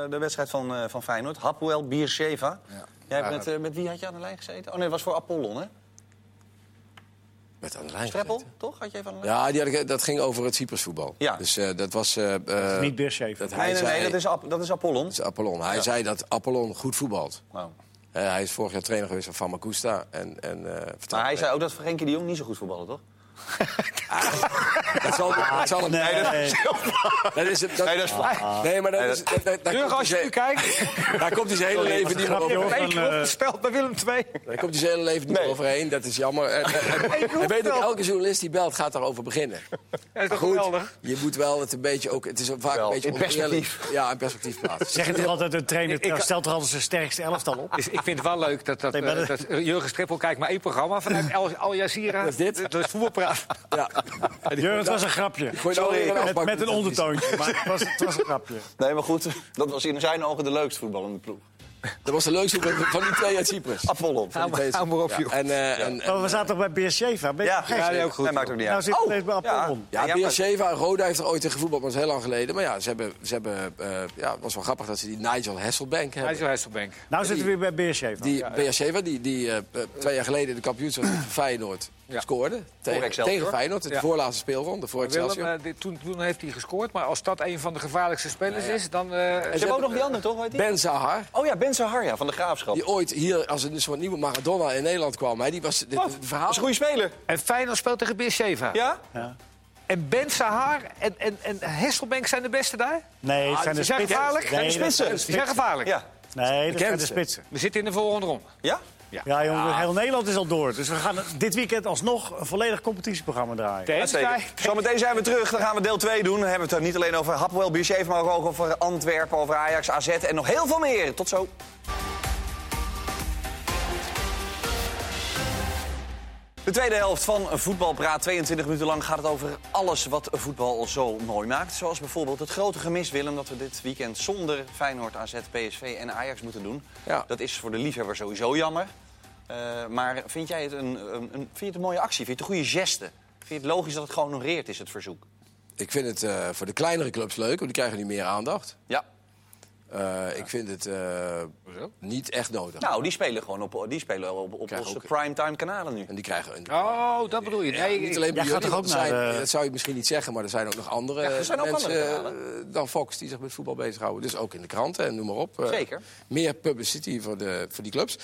eh, de wedstrijd van, eh, van Feyenoord. Hapoel, Biersheva. Jij hebt met, eh, met wie had je aan de lijn gezeten? Oh nee, dat was voor Apollon, hè?
Met aan de lijn
Streppel,
gezeten.
toch? Had je even aan de lijn?
Ja, die had ik- dat ging over het Cyprusvoetbal.
Ja.
Dus eh, dat was... eh, eh,
niet Beersheva.
dat hij
Nee, nee,
zei-
nee, dat is, Ap- dat is Apollon.
dat is Apollon. Hij zei dat Apollon goed voetbalt.
Nou.
Eh, hij is vorig jaar trainer geweest van Famacusta. En, en, eh, vertelde-
Maar hij zei ook dat Frenkie de Jong niet zo goed voetballen, toch?
Dat zal, dat zal hem...
Nee,
Dat is, hem- dat,
Ah, Nee, dat is
nee, maar dat is... dat- dat- daar
Jurgen,
komt
als je
hij
nu
zijn-
kijkt,
Daar komt hij zijn hele leven niet meer
grapje,
over.
hoor.
één keer
Dan, eh,
opgesteld bij Willem II.
Daar komt hij zijn hele leven niet meer overheen. Dat is jammer. Eh, En, en- en- en weet ook, elke journalist die belt gaat daarover beginnen.
Dat is toch
Maar goed,
geweldig?
je moet wel het een beetje ook... Het is vaak
Wel,
een beetje
in perspectief.
Ja, in perspectief plaatsen.
Zeg het toch altijd, een trainer
Ik- ik-
stelt toch altijd zijn sterkste elftal op?
Dus ik vind het wel leuk dat, dat,
Nee, maar
eh, dat Jurgen Streppel kijkt maar één programma vanuit Al, Al Jazeera.
is dit?
Dat is voetbalpraat.
Ja.
Jurgen, het was een grapje.
Gooi nou weer
Met,
afpak-
met een ondertoontje, maar het was, het was een grapje.
Nee, maar goed, dat was in zijn ogen de leukste voetballende ploeg.
Dat was de leukste van die twee uit Cyprus.
Apollon.
Van die twee uit
hou maar op,
Cyprus.
joh.
Ja, En, eh, en, en-
Maar we zaten toch bij Beersheva? Ben je
Ja,
gek?
ja,
die ook goed.
Dat maakt ook niet
Nou
uit.
zit ik ineens bij
ja.
Apollon.
Ja,
Ja,
Beersheva, Roda heeft er ooit tegen voetbal, maar dat is heel lang geleden. Maar ja, ze hebben, ze hebben, eh, ja, het was wel grappig dat ze die Nigel Hasselbank
Hij
hebben.
is wel Hasselbank.
Nou zitten we weer bij Beersheva.
Die Beersheva, die, die eh, eh, twee jaar geleden in de kampioenswedstrijd van Feyenoord
Ja.
scoorde. Tegen,
Excelsior.
tegen Feyenoord, de
Ja.
voorlaatste speelronde voor
Willem,
Excelsior.
eh, dit- toen, toen heeft hij gescoord, maar als dat een van de gevaarlijkste spelers is, dan...
Ze
eh,
hebben ook nog die andere, toch? Weet die?
Ben Zahar,
Oh ja, Ben Sahar, ja, van de Graafschap.
die ooit hier als een soort nieuwe Maradona in Nederland kwam. Hè, die was dit,
Wat?
het
Dat
verhaal.
Oh, is een goede speler.
En Feyenoord speelt tegen Beersheva.
Ja?
En Ben Sahar en, en, en Hesselbank zijn de beste daar?
Nee, het zijn de
Ze zijn
spitsen. Nee,
gevaarlijk? Zijn de
dat
spitsen?
zijn de
Ze zijn gevaarlijk?
Ja.
Nee, dat zijn de
Bekendste.
spitsen.
We zitten in de volgende ronde.
Ja?
Ja, jongen, heel Nederland is al door. Dus we gaan dit weekend alsnog een volledig competitieprogramma draaien.
Uitstekend. Zometeen zijn we terug. Dan gaan we deel 2 doen. Dan hebben we het er niet alleen over Hapwell, Bierscheef, maar ook over Antwerpen, over Ajax, AZ en nog heel veel meer. Tot zo. De tweede helft van Voetbalpraat, 22 minuten lang, gaat het over alles wat voetbal zo mooi maakt. Zoals bijvoorbeeld het grote gemis, Willem, dat we dit weekend zonder Feyenoord, AZ, PSV en Ajax moeten doen.
Ja.
Dat is voor de liefhebber sowieso jammer. Eh, maar vind jij het een, een, een- vind je het een mooie actie? Vind je het een goede geste? Vind je het logisch dat het gehonoreerd is, het verzoek?
Ik vind het eh, voor de kleinere clubs leuk, want die krijgen nu meer aandacht.
Ja.
Eh, Ik vind het eh, niet echt nodig.
Nou, die spelen gewoon op, die spelen op, op
Krijgen
onze
ook-
primetime kanalen nu.
En die krijgen een
Oh, dat bedoel je. Nee,
niet alleen
Jij
bij
gaat
jullie,
toch ook
want er
naar
zijn-
de-
dat zou je misschien niet zeggen, maar er zijn ook nog andere
Ja, er zijn ook
mensen
andere
eh, dan Fox die zich met voetbal bezighouden. Dus ook in de kranten en noem maar op. Eh,
Zeker.
Meer publicity voor, de, voor die clubs.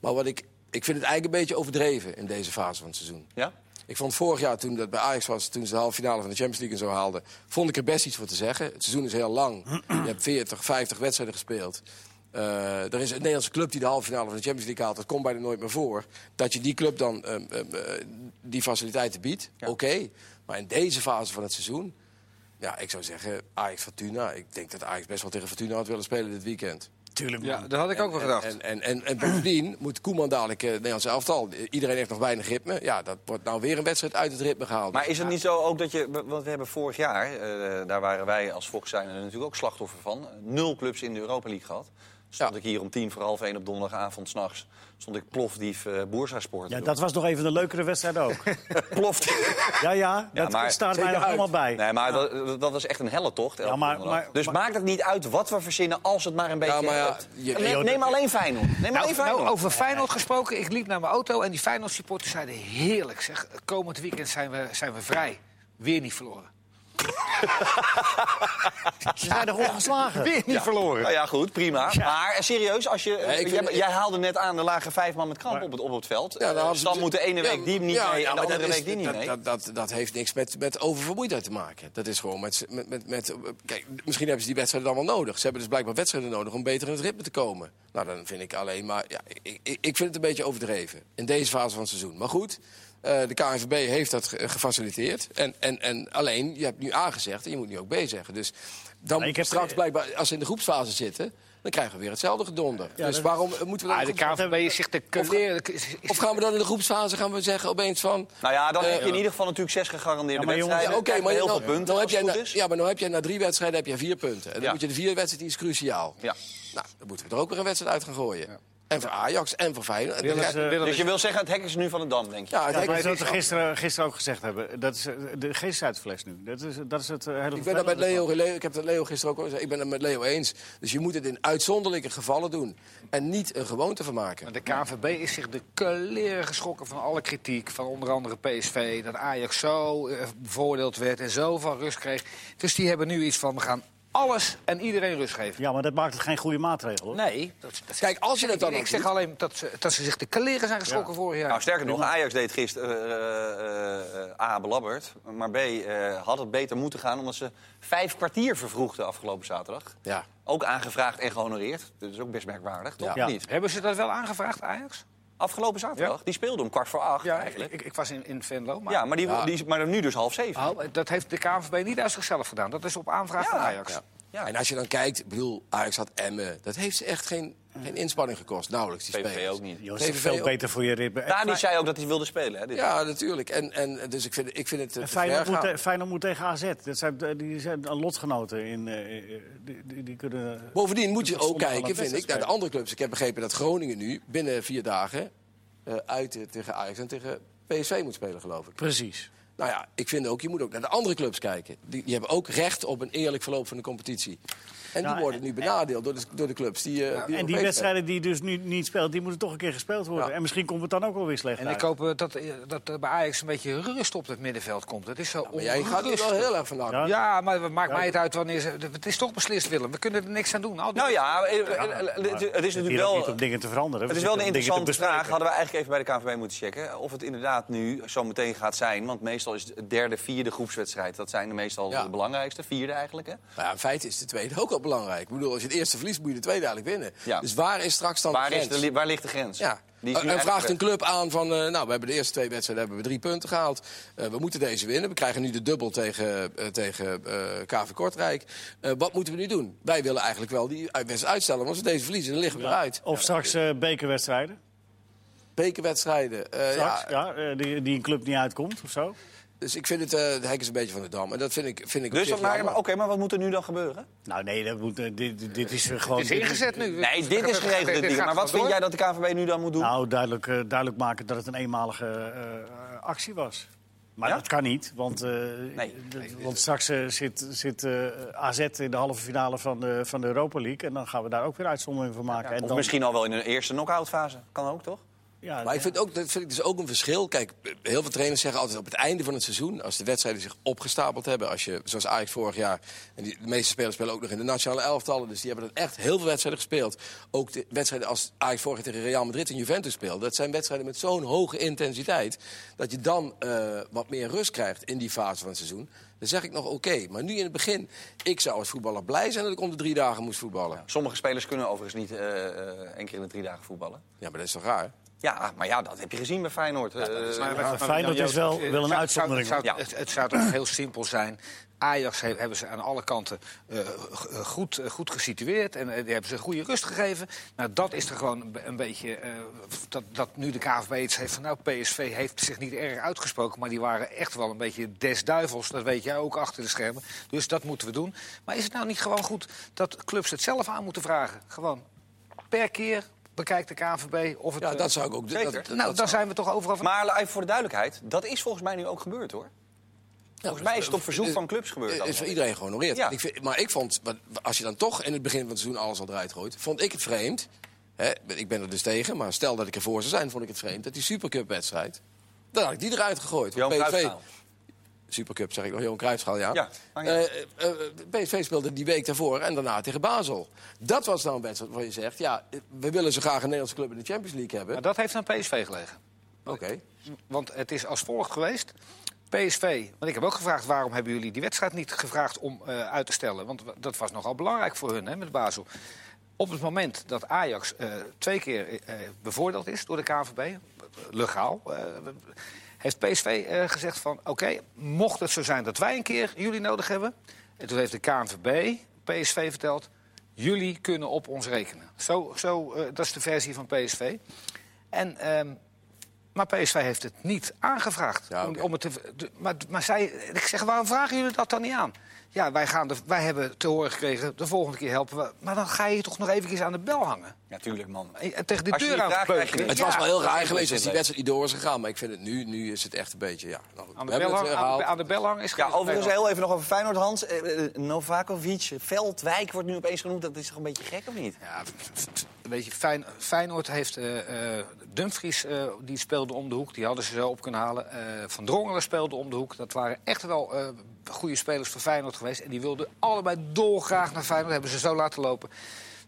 Maar wat ik, ik vind het eigenlijk een beetje overdreven in deze fase van het seizoen.
Ja?
Ik vond vorig jaar, toen dat bij Ajax was, toen ze de halve finale van de Champions League en zo haalden, vond ik er best iets voor te zeggen. Het seizoen is heel lang. Je hebt 40, 50 wedstrijden gespeeld. Eh, er is een Nederlandse club die de halve finale van de Champions League haalt. Dat komt bijna nooit meer voor. Dat je die club dan ehm, ehm, eh, die faciliteiten biedt, oké. Maar in deze fase van het seizoen, ja, ik zou zeggen Ajax Fortuna. Ik denk dat Ajax best wel tegen Fortuna had willen spelen dit weekend.
Tuurlijk, man.
Ja, dat had ik ook wel gedacht.
En, en, en, en bovendien moet Koeman dadelijk eh, het Nederlands elftal. Iedereen heeft nog weinig ritme. Ja, dat wordt nou weer een wedstrijd uit het ritme gehaald.
Maar is het niet zo ook dat je... Want we hebben vorig jaar, eh, daar waren wij als Fox zijn er natuurlijk ook slachtoffer van... nul clubs in de Europa League gehad. Stond
Ja.
ik hier om tien voor half één op donderdagavond s'nachts... stond ik plofdief eh Boersasport.
Ja, dat was nog even een leukere wedstrijd ook.
ploft.
Ja, ja, dat
maar-
staat mij
Zeker
nog
uit.
allemaal bij.
Nee, maar dat, dat was echt een helle tocht. elke
Ja, maar-
donderdag.
maar-
dus
maar-
maakt het niet uit wat we verzinnen als het maar een beetje...
Ja, maar ja, je-
helpt. neem,
joh,
neem alleen Feyenoord. Neem alleen
Nou, nou,
Feyenoord.
oh,
over Feyenoord gesproken. Ik liep naar mijn auto en die Feyenoord supporters zeiden heerlijk. Zeg, komend weekend zijn we, zijn we vrij. Weer niet verloren.
Ze zijn er ongeslagen.
Weer niet verloren.
Nou ja, goed, prima. Maar eh, serieus, als je, jij,
ik vind-
jij haalde net aan, de lagen vijf man met kramp op, het, op het veld.
Ja,
Ja,
dan
dan
hadden ze-
Eh, moet de ene week
Ja,
die niet
ja,
mee
ja,
en de
maar
andere
dat is-
week die niet
dat,
mee.
Dat, dat, dat heeft niks met, met oververmoeidheid te maken. Dat is gewoon met, met, met, met- eh, Kijk, misschien hebben ze die wedstrijden dan wel nodig. Ze hebben dus blijkbaar wedstrijden nodig om beter in het ritme te komen. Nou, dan vind ik alleen maar... Ja, ik, ik- ik vind het een beetje overdreven in deze fase van het seizoen. Maar goed, eh, de KNVB heeft dat ge- gefaciliteerd. En, en, en alleen, je hebt nu A gezegd en je moet nu ook B zeggen. Dus dan
ik heb-
straks blijkbaar, als ze in de groepsfase zitten... dan krijgen we weer hetzelfde gedonder. dus waarom eh, moeten we dan...
Ah, de KNVB is zich te kaleren.
Of gaan we dan in de groepsfase gaan we zeggen opeens van...
nou ja, dan
Eh,
heb je in ieder geval natuurlijk zes gegarandeerde
Ja, maar jongens,
wedstrijden.
Ja, oké,
Kijk,
maar
heel
nou-
veel punten
nou heb
als
jij
het goed
na-
is.
ja, maar nou heb jij na drie wedstrijden heb je vier punten. En dan
Ja.
moet je de vierde wedstrijd, die is cruciaal.
Ja.
Nou, dan moeten we er ook weer een wedstrijd uit gaan gooien. En voor Ajax en voor Feyenoord. En
Willen
de-
ze-
Dus je wil zeggen, het hek is nu van de dam, denk je?
ja, het
Ja,
hek
maar
is-
dat we gisteren, gisteren ook gezegd hebben. Dat is eh, de geest uit de fles nu. Dat is, dat is het eh, hele
Ik ben dat met Leo, Leo- ik heb dat Leo gisteren ook al gezegd. Ik ben het met Leo eens. Dus je moet het in uitzonderlijke gevallen doen. En niet een gewoonte van maken.
Maar de KNVB is zich de kleren geschrokken van alle kritiek. Van onder andere PSV. Dat Ajax zo eh, bevoordeeld werd en zo van rust kreeg. Dus die hebben nu iets van: we gaan alles en iedereen rust geven.
Ja, maar dat maakt het geen goede maatregel. Hoor.
Nee. Dat, dat-
Kijk, als je het dan
Ik
ook
zeg
doet-
alleen dat ze, dat ze zich de kleren zijn geschrokken vorig jaar.
Nou, sterker nog, Ajax deed gisteren eh, eh, eh, A, belabberd. Maar B, eh, had het beter moeten gaan omdat ze vijf kwartier vervroegden afgelopen zaterdag.
Ja.
Ook aangevraagd en gehonoreerd. Dat is ook best merkwaardig, toch?
Ja.
Of Niet?
Hebben ze dat wel aangevraagd, Ajax?
Afgelopen zaterdag, die speelde om kwart voor acht eigenlijk.
ik, ik was in, in Venlo. Maar,
ja, maar, die, Die, is- maar nu dus half zeven.
Oh, dat heeft de KNVB niet uit zichzelf gedaan. Dat is op aanvraag van Ajax.
Ja.
Ja.
En als je dan kijkt, ik bedoel, Ajax had Emmen. Dat heeft ze echt geen, geen inspanning gekost, nauwelijks. Die
PVV
spelers.
ook niet.
Joost, het is
VVV
veel
ook.
beter voor je Eh, ribben. En
Tadi zei ook dat hij wilde spelen, hè? Dit.
Ja, natuurlijk. En, en dus ik vind, ik vind het. eh, te
Feyenoord
ver
moet,
gaan.
te- Feyenoord moet tegen AZ. Dat zijn, eh, die zijn lotgenoten. In, eh, eh, die, die, die kunnen...
Bovendien moet je
Dat is
ook
zondag
kijken,
wel een
vind ik, naar de andere clubs. Ik heb begrepen dat Groningen nu binnen vier dagen eh, uit eh, tegen Ajax en tegen PSV moet spelen, geloof ik.
Precies.
Nou ja, ik vind ook, je moet ook naar de andere clubs kijken. Die, die hebben ook recht op een eerlijk verloop van de competitie. En
Nou,
die worden nu benadeeld door de, door de clubs die. eh, die
En die
Europees
wedstrijden die dus nu niet speelt, die moeten toch een keer gespeeld worden.
Ja.
En misschien komt het dan ook wel weer slecht
En
uit.
ik hoop eh, dat, eh, dat er bij Ajax een beetje rust op het middenveld komt. Het is zo
spelen. Maar jij gaat er
onrustig.
wel heel erg vandaag.
Ja.
Ja, maar het maakt mij het uit wanneer ze... Het is toch beslist, Willem. We kunnen er niks aan doen. Al die-
Nou ja, eh, eh, eh, het
Maar
is
we zitten
natuurlijk
hier ook niet
wel...
om dingen te veranderen.
Het is wel een interessante vraag.
vraag.
Hadden we eigenlijk even bij de KNVB moeten checken. Of het inderdaad nu zo meteen gaat zijn. Want meestal is het derde, vierde groepswedstrijd. Dat zijn meestal
Ja.
de belangrijkste. Vierde eigenlijk, hè?
Nou ja, in feite is de tweede ook al belangrijk. Ik bedoel, als je het eerste verliest, moet je de tweede eigenlijk winnen.
Ja.
Dus waar is straks dan
Waar,
de
is
grens?
de, li- waar ligt de grens?
Ja.
Die is nu
en en
eigenlijk
vraagt
weg.
een club aan van, eh, nou, we hebben de eerste twee wedstrijden hebben we drie punten gehaald. Eh, we moeten deze winnen. We krijgen nu de dubbel tegen, eh, tegen eh, KV Kortrijk. Eh, wat moeten we nu doen? Wij willen eigenlijk wel die wedstrijd uitstellen, want als we deze verliezen, dan liggen we eruit.
Of straks eh, bekerwedstrijden.
Bekerwedstrijden. eh,
Straks,
ja,
ja, eh, die, die een club niet uitkomt of zo.
Dus ik vind het, eh het hek is een beetje van de dam. En dat vind ik, vind ik op
Dus
zich
dat maar, maar
jammer.
oké, maar wat moet er nu dan gebeuren?
Nou nee, dat moet, eh, dit, dit is eh, gewoon...
Het is ingezet nu.
Nee, dit is geregeld. dit ding.
gaat
Maar wat vind
gewoon
jij
door.
dat de KNVB nu dan moet doen?
Nou, duidelijk, eh, duidelijk maken dat het een eenmalige eh, actie was. Maar
Ja?
dat kan niet, want, eh, d- want straks eh, zit, zit eh, AZ in de halve finale van de, van de Europa League. En dan gaan we daar ook weer uitzondering van maken. en
of
dan,
misschien al wel in een eerste knock-out fase. Kan ook, toch?
Ja,
Maar ik vind, ook, dat vind ik dus ook een verschil. Kijk, heel veel trainers zeggen altijd op het einde van het seizoen... als de wedstrijden zich opgestapeld hebben... Als je, zoals Ajax vorig jaar... en die, de meeste spelers spelen ook nog in de nationale elftallen... dus die hebben dan echt heel veel wedstrijden gespeeld. Ook de wedstrijden als Ajax vorig jaar tegen Real Madrid en Juventus speelde... dat zijn wedstrijden met zo'n hoge intensiteit... dat je dan eh, wat meer rust krijgt in die fase van het seizoen. Dan zeg ik nog oké. Maar nu in het begin, ik zou als voetballer blij zijn... dat ik om de drie dagen moest voetballen.
Sommige spelers kunnen overigens niet eh, eh, één keer in de drie dagen voetballen.
Ja, maar dat is toch raar?
Ja, maar ja, dat heb je gezien bij Feyenoord. Eh,
Maar- maar- maar-
Feyenoord
maar-
is wel- wel een
Het zou-
uitzondering.
Het zou,
Ja.
het, het zou toch heel simpel zijn. Ajax he- hebben ze aan alle kanten eh, g- eh, goed, eh, goed gesitueerd en eh, die hebben ze goede rust gegeven. Nou, dat is er gewoon een, be- een beetje. eh, dat, dat nu de KVB iets heeft van. Nou, PSV heeft zich niet erg uitgesproken, maar die waren echt wel een beetje des duivels. Dat weet jij ook achter de schermen. Dus dat moeten we doen. Maar is het nou niet gewoon goed dat clubs het zelf aan moeten vragen? Gewoon per keer bekijkt de KVB of het.
Ja,
eh,
dat zou ik ook...
zeker.
dat- dat-
nou, dan zijn we toch overal van.
Maar even voor de duidelijkheid, dat is volgens mij nu ook gebeurd, hoor. Volgens mij Nou, is eh, het op
Eh,
verzoek van clubs gebeurd.
Is voor
allemaal.
iedereen gehonoreerd.
Ja.
Ik vind- maar ik vond, wat- als je dan toch in het begin van het seizoen alles al eruit gooit... vond ik het vreemd, hè, ik ben er dus tegen... maar stel dat ik ervoor zou zijn, vond ik het vreemd... dat die Supercup-wedstrijd, dan had ik die eruit gegooid.
Johan
PSV
Cruijffschaal.
Supercup, zeg ik nog, Johan Cruijffschaal, ja.
Ja, maar ja.
Eh, eh, eh, PSV speelde die week daarvoor en daarna tegen Basel. Dat was nou een wedstrijd waarvan je zegt... ja, eh, we willen zo graag een Nederlandse club in de Champions League hebben.
Maar dat heeft aan PSV gelegen.
Oké.
Want het is als volgt geweest. PSV, want ik heb ook gevraagd waarom hebben jullie die wedstrijd niet gevraagd om eh, uit te stellen. Want w- dat was nogal belangrijk voor hun hè, met Basel. Op het moment dat Ajax eh, twee keer eh, bevoordeeld is door de KNVB, eh, legaal, eh, heeft PSV eh, gezegd van oké, mocht het zo zijn dat wij een keer jullie nodig hebben. En toen heeft de KNVB PSV verteld, jullie kunnen op ons rekenen. Zo, zo, eh, dat is de versie van PSV. En ehm, Maar PSV heeft het niet aangevraagd.
Ja,
om-
oké.
om het te- de- maar, maar zij, ik zeg, waarom vragen jullie dat dan niet aan? Ja, wij, gaan de, wij hebben te horen gekregen, de volgende keer helpen we. Maar dan ga je toch nog eventjes aan de bel hangen.
Natuurlijk, man.
En- en tegen de
Als je
deur
niet
aan
vraagt, krijg je
peukelen.
niet.
Het
Ja,
was wel heel
dat
raar
is
geweest
een
als die
leuk.
wedstrijd niet door was gegaan. Maar ik vind het nu, nu is het echt een beetje... Ja, nou,
aan
we
de,
hebben
bel
het
hangen,
weer
aan, de,
gehaald.
aan de bel hangen is
Ja,
geen-
overigens
nee,
heel even nog over Feyenoord, Hans. Eh, eh, Novakovic, Veldwijk wordt nu opeens genoemd. Dat is toch een beetje gek, of niet?
Ja, weet je, Fijn, Feyenoord heeft eh, eh, Dumfries, eh, die speelde om de hoek. Die hadden ze zo op kunnen halen. Eh, Van Drongelen speelde om de hoek. Dat waren echt wel eh, goede spelers voor Feyenoord geweest. En die wilden allebei dolgraag naar Feyenoord. Hebben ze zo laten lopen.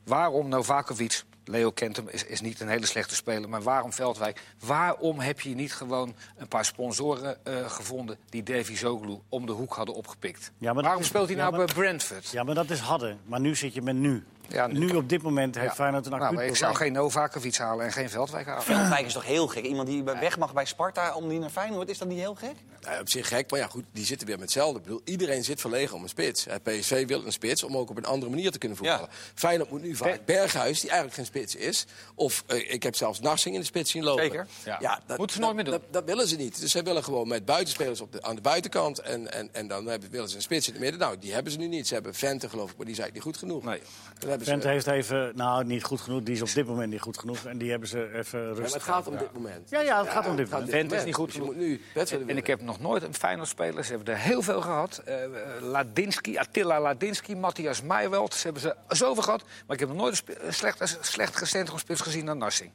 Waarom Novakovic? Leo kent hem, is, is niet een hele slechte speler. Maar waarom Veldwijk? Waarom heb je niet gewoon een paar sponsoren eh, gevonden... die Davy Zoglu om de hoek hadden opgepikt?
Ja, maar dat
waarom
is-
speelt hij
ja,
nou
maar-
bij Brentford?
Ja, maar dat is hadden. Maar nu zit je met nu.
Ja,
nu op dit moment heeft
Ja.
Feyenoord een acuut
Nou, maar ik zou
probleem.
geen Novakovic halen en geen Veldwijk halen.
Veldwijk is toch heel gek? Iemand die bij- weg mag bij Sparta om die naar Feyenoord, is dat niet heel gek?
Nou, op zich gek, maar ja, goed, die zitten weer met hetzelfde. Ik bedoel, iedereen zit verlegen om een spits. Hè, PSV wil een spits om ook op een andere manier te kunnen voetballen. Feyenoord moet nu vaak Berghuis, die eigenlijk geen spits is. Of eh, ik heb zelfs Narsing in de spits zien lopen.
Zeker,
ja. Moeten ze nooit meer doen.
Dat, dat willen ze niet. Dus zij willen gewoon met buitenspelers op de, aan de buitenkant. En, en, en dan hebben, willen ze een spits in het midden. Nou, die hebben ze nu niet. Ze hebben Vente, geloof ik, maar die is eigenlijk niet goed genoeg.
Nee.
Dan hebben ze-
Twente heeft even, nou niet goed genoeg, die is op dit moment niet goed genoeg. En die hebben ze even
Ja, maar het
rustig.
gaat om dit moment.
Ja, ja, het gaat om dit moment.
Vent is niet goed
Dus je
genoeg.
moet nu wedstrijden
En ik
winnen.
heb nog nooit een Feyenoord speler. Ze hebben er heel veel gehad. Eh, eh, Ladinsky, Attila Ladinsky, Matthias Meijweld. Ze hebben ze zoveel gehad. Maar ik heb nog nooit een, spe- een slecht, een slecht centrumspits gezien dan Narsing.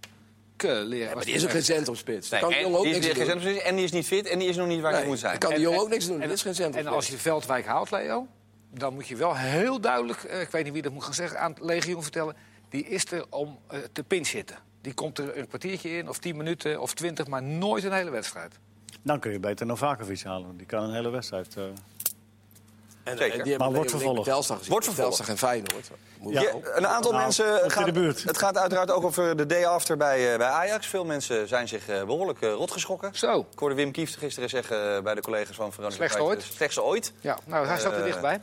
Ke leren.
Ja, maar die is ook geen centrumspits. Daar
Nee,
kan de
en
jongen ook
die
niks
is
aan
geen
doen.
centrumspits en die is niet fit en die is nog niet waar hij
Nee,
moet zijn.
daar kan de jongen ook niks aan doen.
En-
Dit is geen
En
centrumspits.
als je Veldwijk haalt, Leo, dan moet je wel heel duidelijk... eh, ik weet niet wie dat moet gaan zeggen, aan het legioen vertellen... die is er om eh, te pinchitten. Die komt er een kwartiertje in, of tien minuten, of twintig... maar nooit een hele wedstrijd.
Dan kun je beter Novakovic halen, want die kan een hele wedstrijd. eh.
En,
Zeker.
eh, die hebben
Maar wordt
Leeuwen
vervolgd.
tegen Telstar gezien.
Wordt vervolgd.
Telstar en Feyenoord. Moet
Ja.
Je-
wel.
een aantal
Nou, komt
mensen.
in
gaat-
de buurt.
Het gaat uiteraard ook over de day after bij, eh, bij Ajax. Veel mensen zijn zich eh, behoorlijk rot rotgeschrokken.
Zo.
Ik hoorde Wim Kieft gisteren zeggen eh, bij de collega's van Veronica.
Slechtste
Krijt,
ooit.
dus Slechtste ooit.
Ja, nou, hij staat er
Eh,
dichtbij.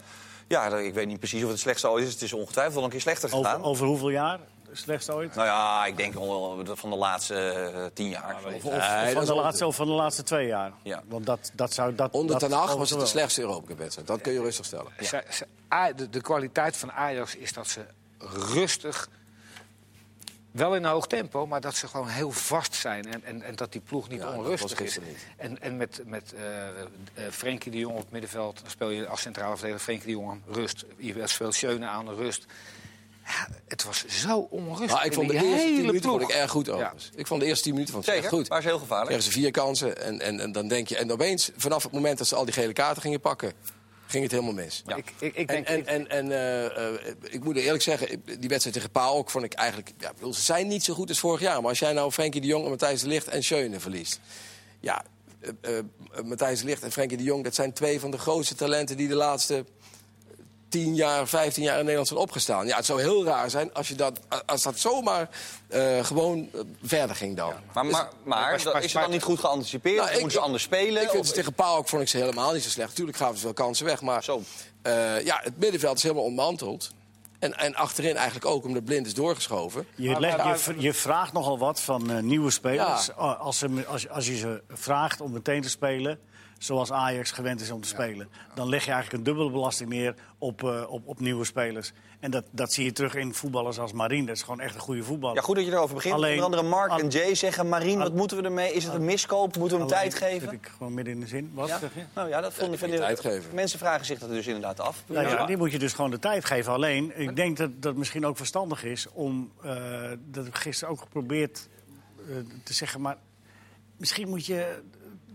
Ja, ik weet niet precies of het slechtste ooit is. Het is ongetwijfeld al een keer slechter
Over,
gedaan.
over hoeveel jaar? Slechts ooit?
Nou ja, ik denk al van de laatste eh, tien jaar.
Of, of,
Nee, dat
van,
is
de
onzin.
laatste, of van de laatste twee jaar?
Ja.
Want dat, dat zou... Dat,
Onder
dat
Ten Hag was
overigens
het de
wel.
slechtste Europese wedstrijd. Dat kun je rustig stellen.
Zij- zij- A- de, de kwaliteit van Ajax is dat ze rustig, wel in een hoog tempo, maar dat ze gewoon heel vast zijn. En, en, en dat die ploeg niet
Ja, dat
onrustig
was
is.
gisteren niet.
En, en met, met eh, eh, Frenkie de Jong op het middenveld, dan speel je als centrale verdediger Frenkie de Jong aan, rust. Je speelt Schöne aan, rust. Ja, het was zo onrustig.
Maar Ah, ik
in
vond de
die
eerste
hele
tien minuten vond ik
ploeg.
erg goed
Ja.
overigens. Ik vond de eerste tien minuten vond ik
Zeker,
echt goed.
maar is heel gevaarlijk.
Kregen ze vier kansen en, en, en dan denk je... En opeens, vanaf het moment dat ze al die gele kaarten gingen pakken... ging het helemaal mis.
Maar Ik, ik, ik
En,
denk,
en, en, en eh, eh, ik moet eerlijk zeggen, ik- die wedstrijd tegen Paok vond ik eigenlijk... Ja, ik bedoel, ze zijn niet zo goed als vorig jaar. Maar als jij nou Frenkie de Jong en Matthijs de Ligt en Schöne verliest... Ja, eh, eh, Matthijs de Ligt en Frenkie de Jong... dat zijn twee van de grootste talenten die de laatste 10 jaar, 15 jaar in Nederland zijn opgestaan. Ja, het zou heel raar zijn als, je dat, als dat zomaar eh, gewoon eh, verder ging dan.
Maar, maar, maar,
maar-
dat-
maar-
is het dan niet goed geanticipeerd?
Nou, ik-
Moeten ze anders spelen?
Ik vind ze
Of-
tegen Paok vond ik ze helemaal niet zo slecht. Tuurlijk gaven ze wel kansen weg, maar
Zo.
eh, ja, het middenveld is helemaal ontmanteld. En, en achterin eigenlijk ook, omdat Blind is doorgeschoven.
Je, legt- je, v- je vraagt nogal wat van eh, nieuwe spelers.
Ja.
Ah, Als, ze, me- als, als je ze vraagt om meteen te spelen, zoals Ajax gewend is om te spelen... dan leg je eigenlijk een dubbele belasting neer op, eh, op, op nieuwe spelers. En dat, dat zie je terug in voetballers als Marine. Dat is gewoon echt een goede voetballer.
Ja, goed dat je erover begint.
Alleen-
Onder andere Mark
al-
en Jay zeggen... Marien, wat moeten we ermee? Is het een miskoop? Moeten we hem
Alleen
tijd geven?
Zit ik gewoon midden in de zin. Wat
Ja?
zeg je?
Nou ja, dat vond ik...
kun je tijd geven.
Mensen vragen zich dat dus inderdaad af.
Nou ja, die moet je dus gewoon de tijd geven. Alleen, ik denk dat dat misschien ook verstandig is om... eh, dat heb ik gisteren ook geprobeerd eh, te zeggen, maar misschien moet je...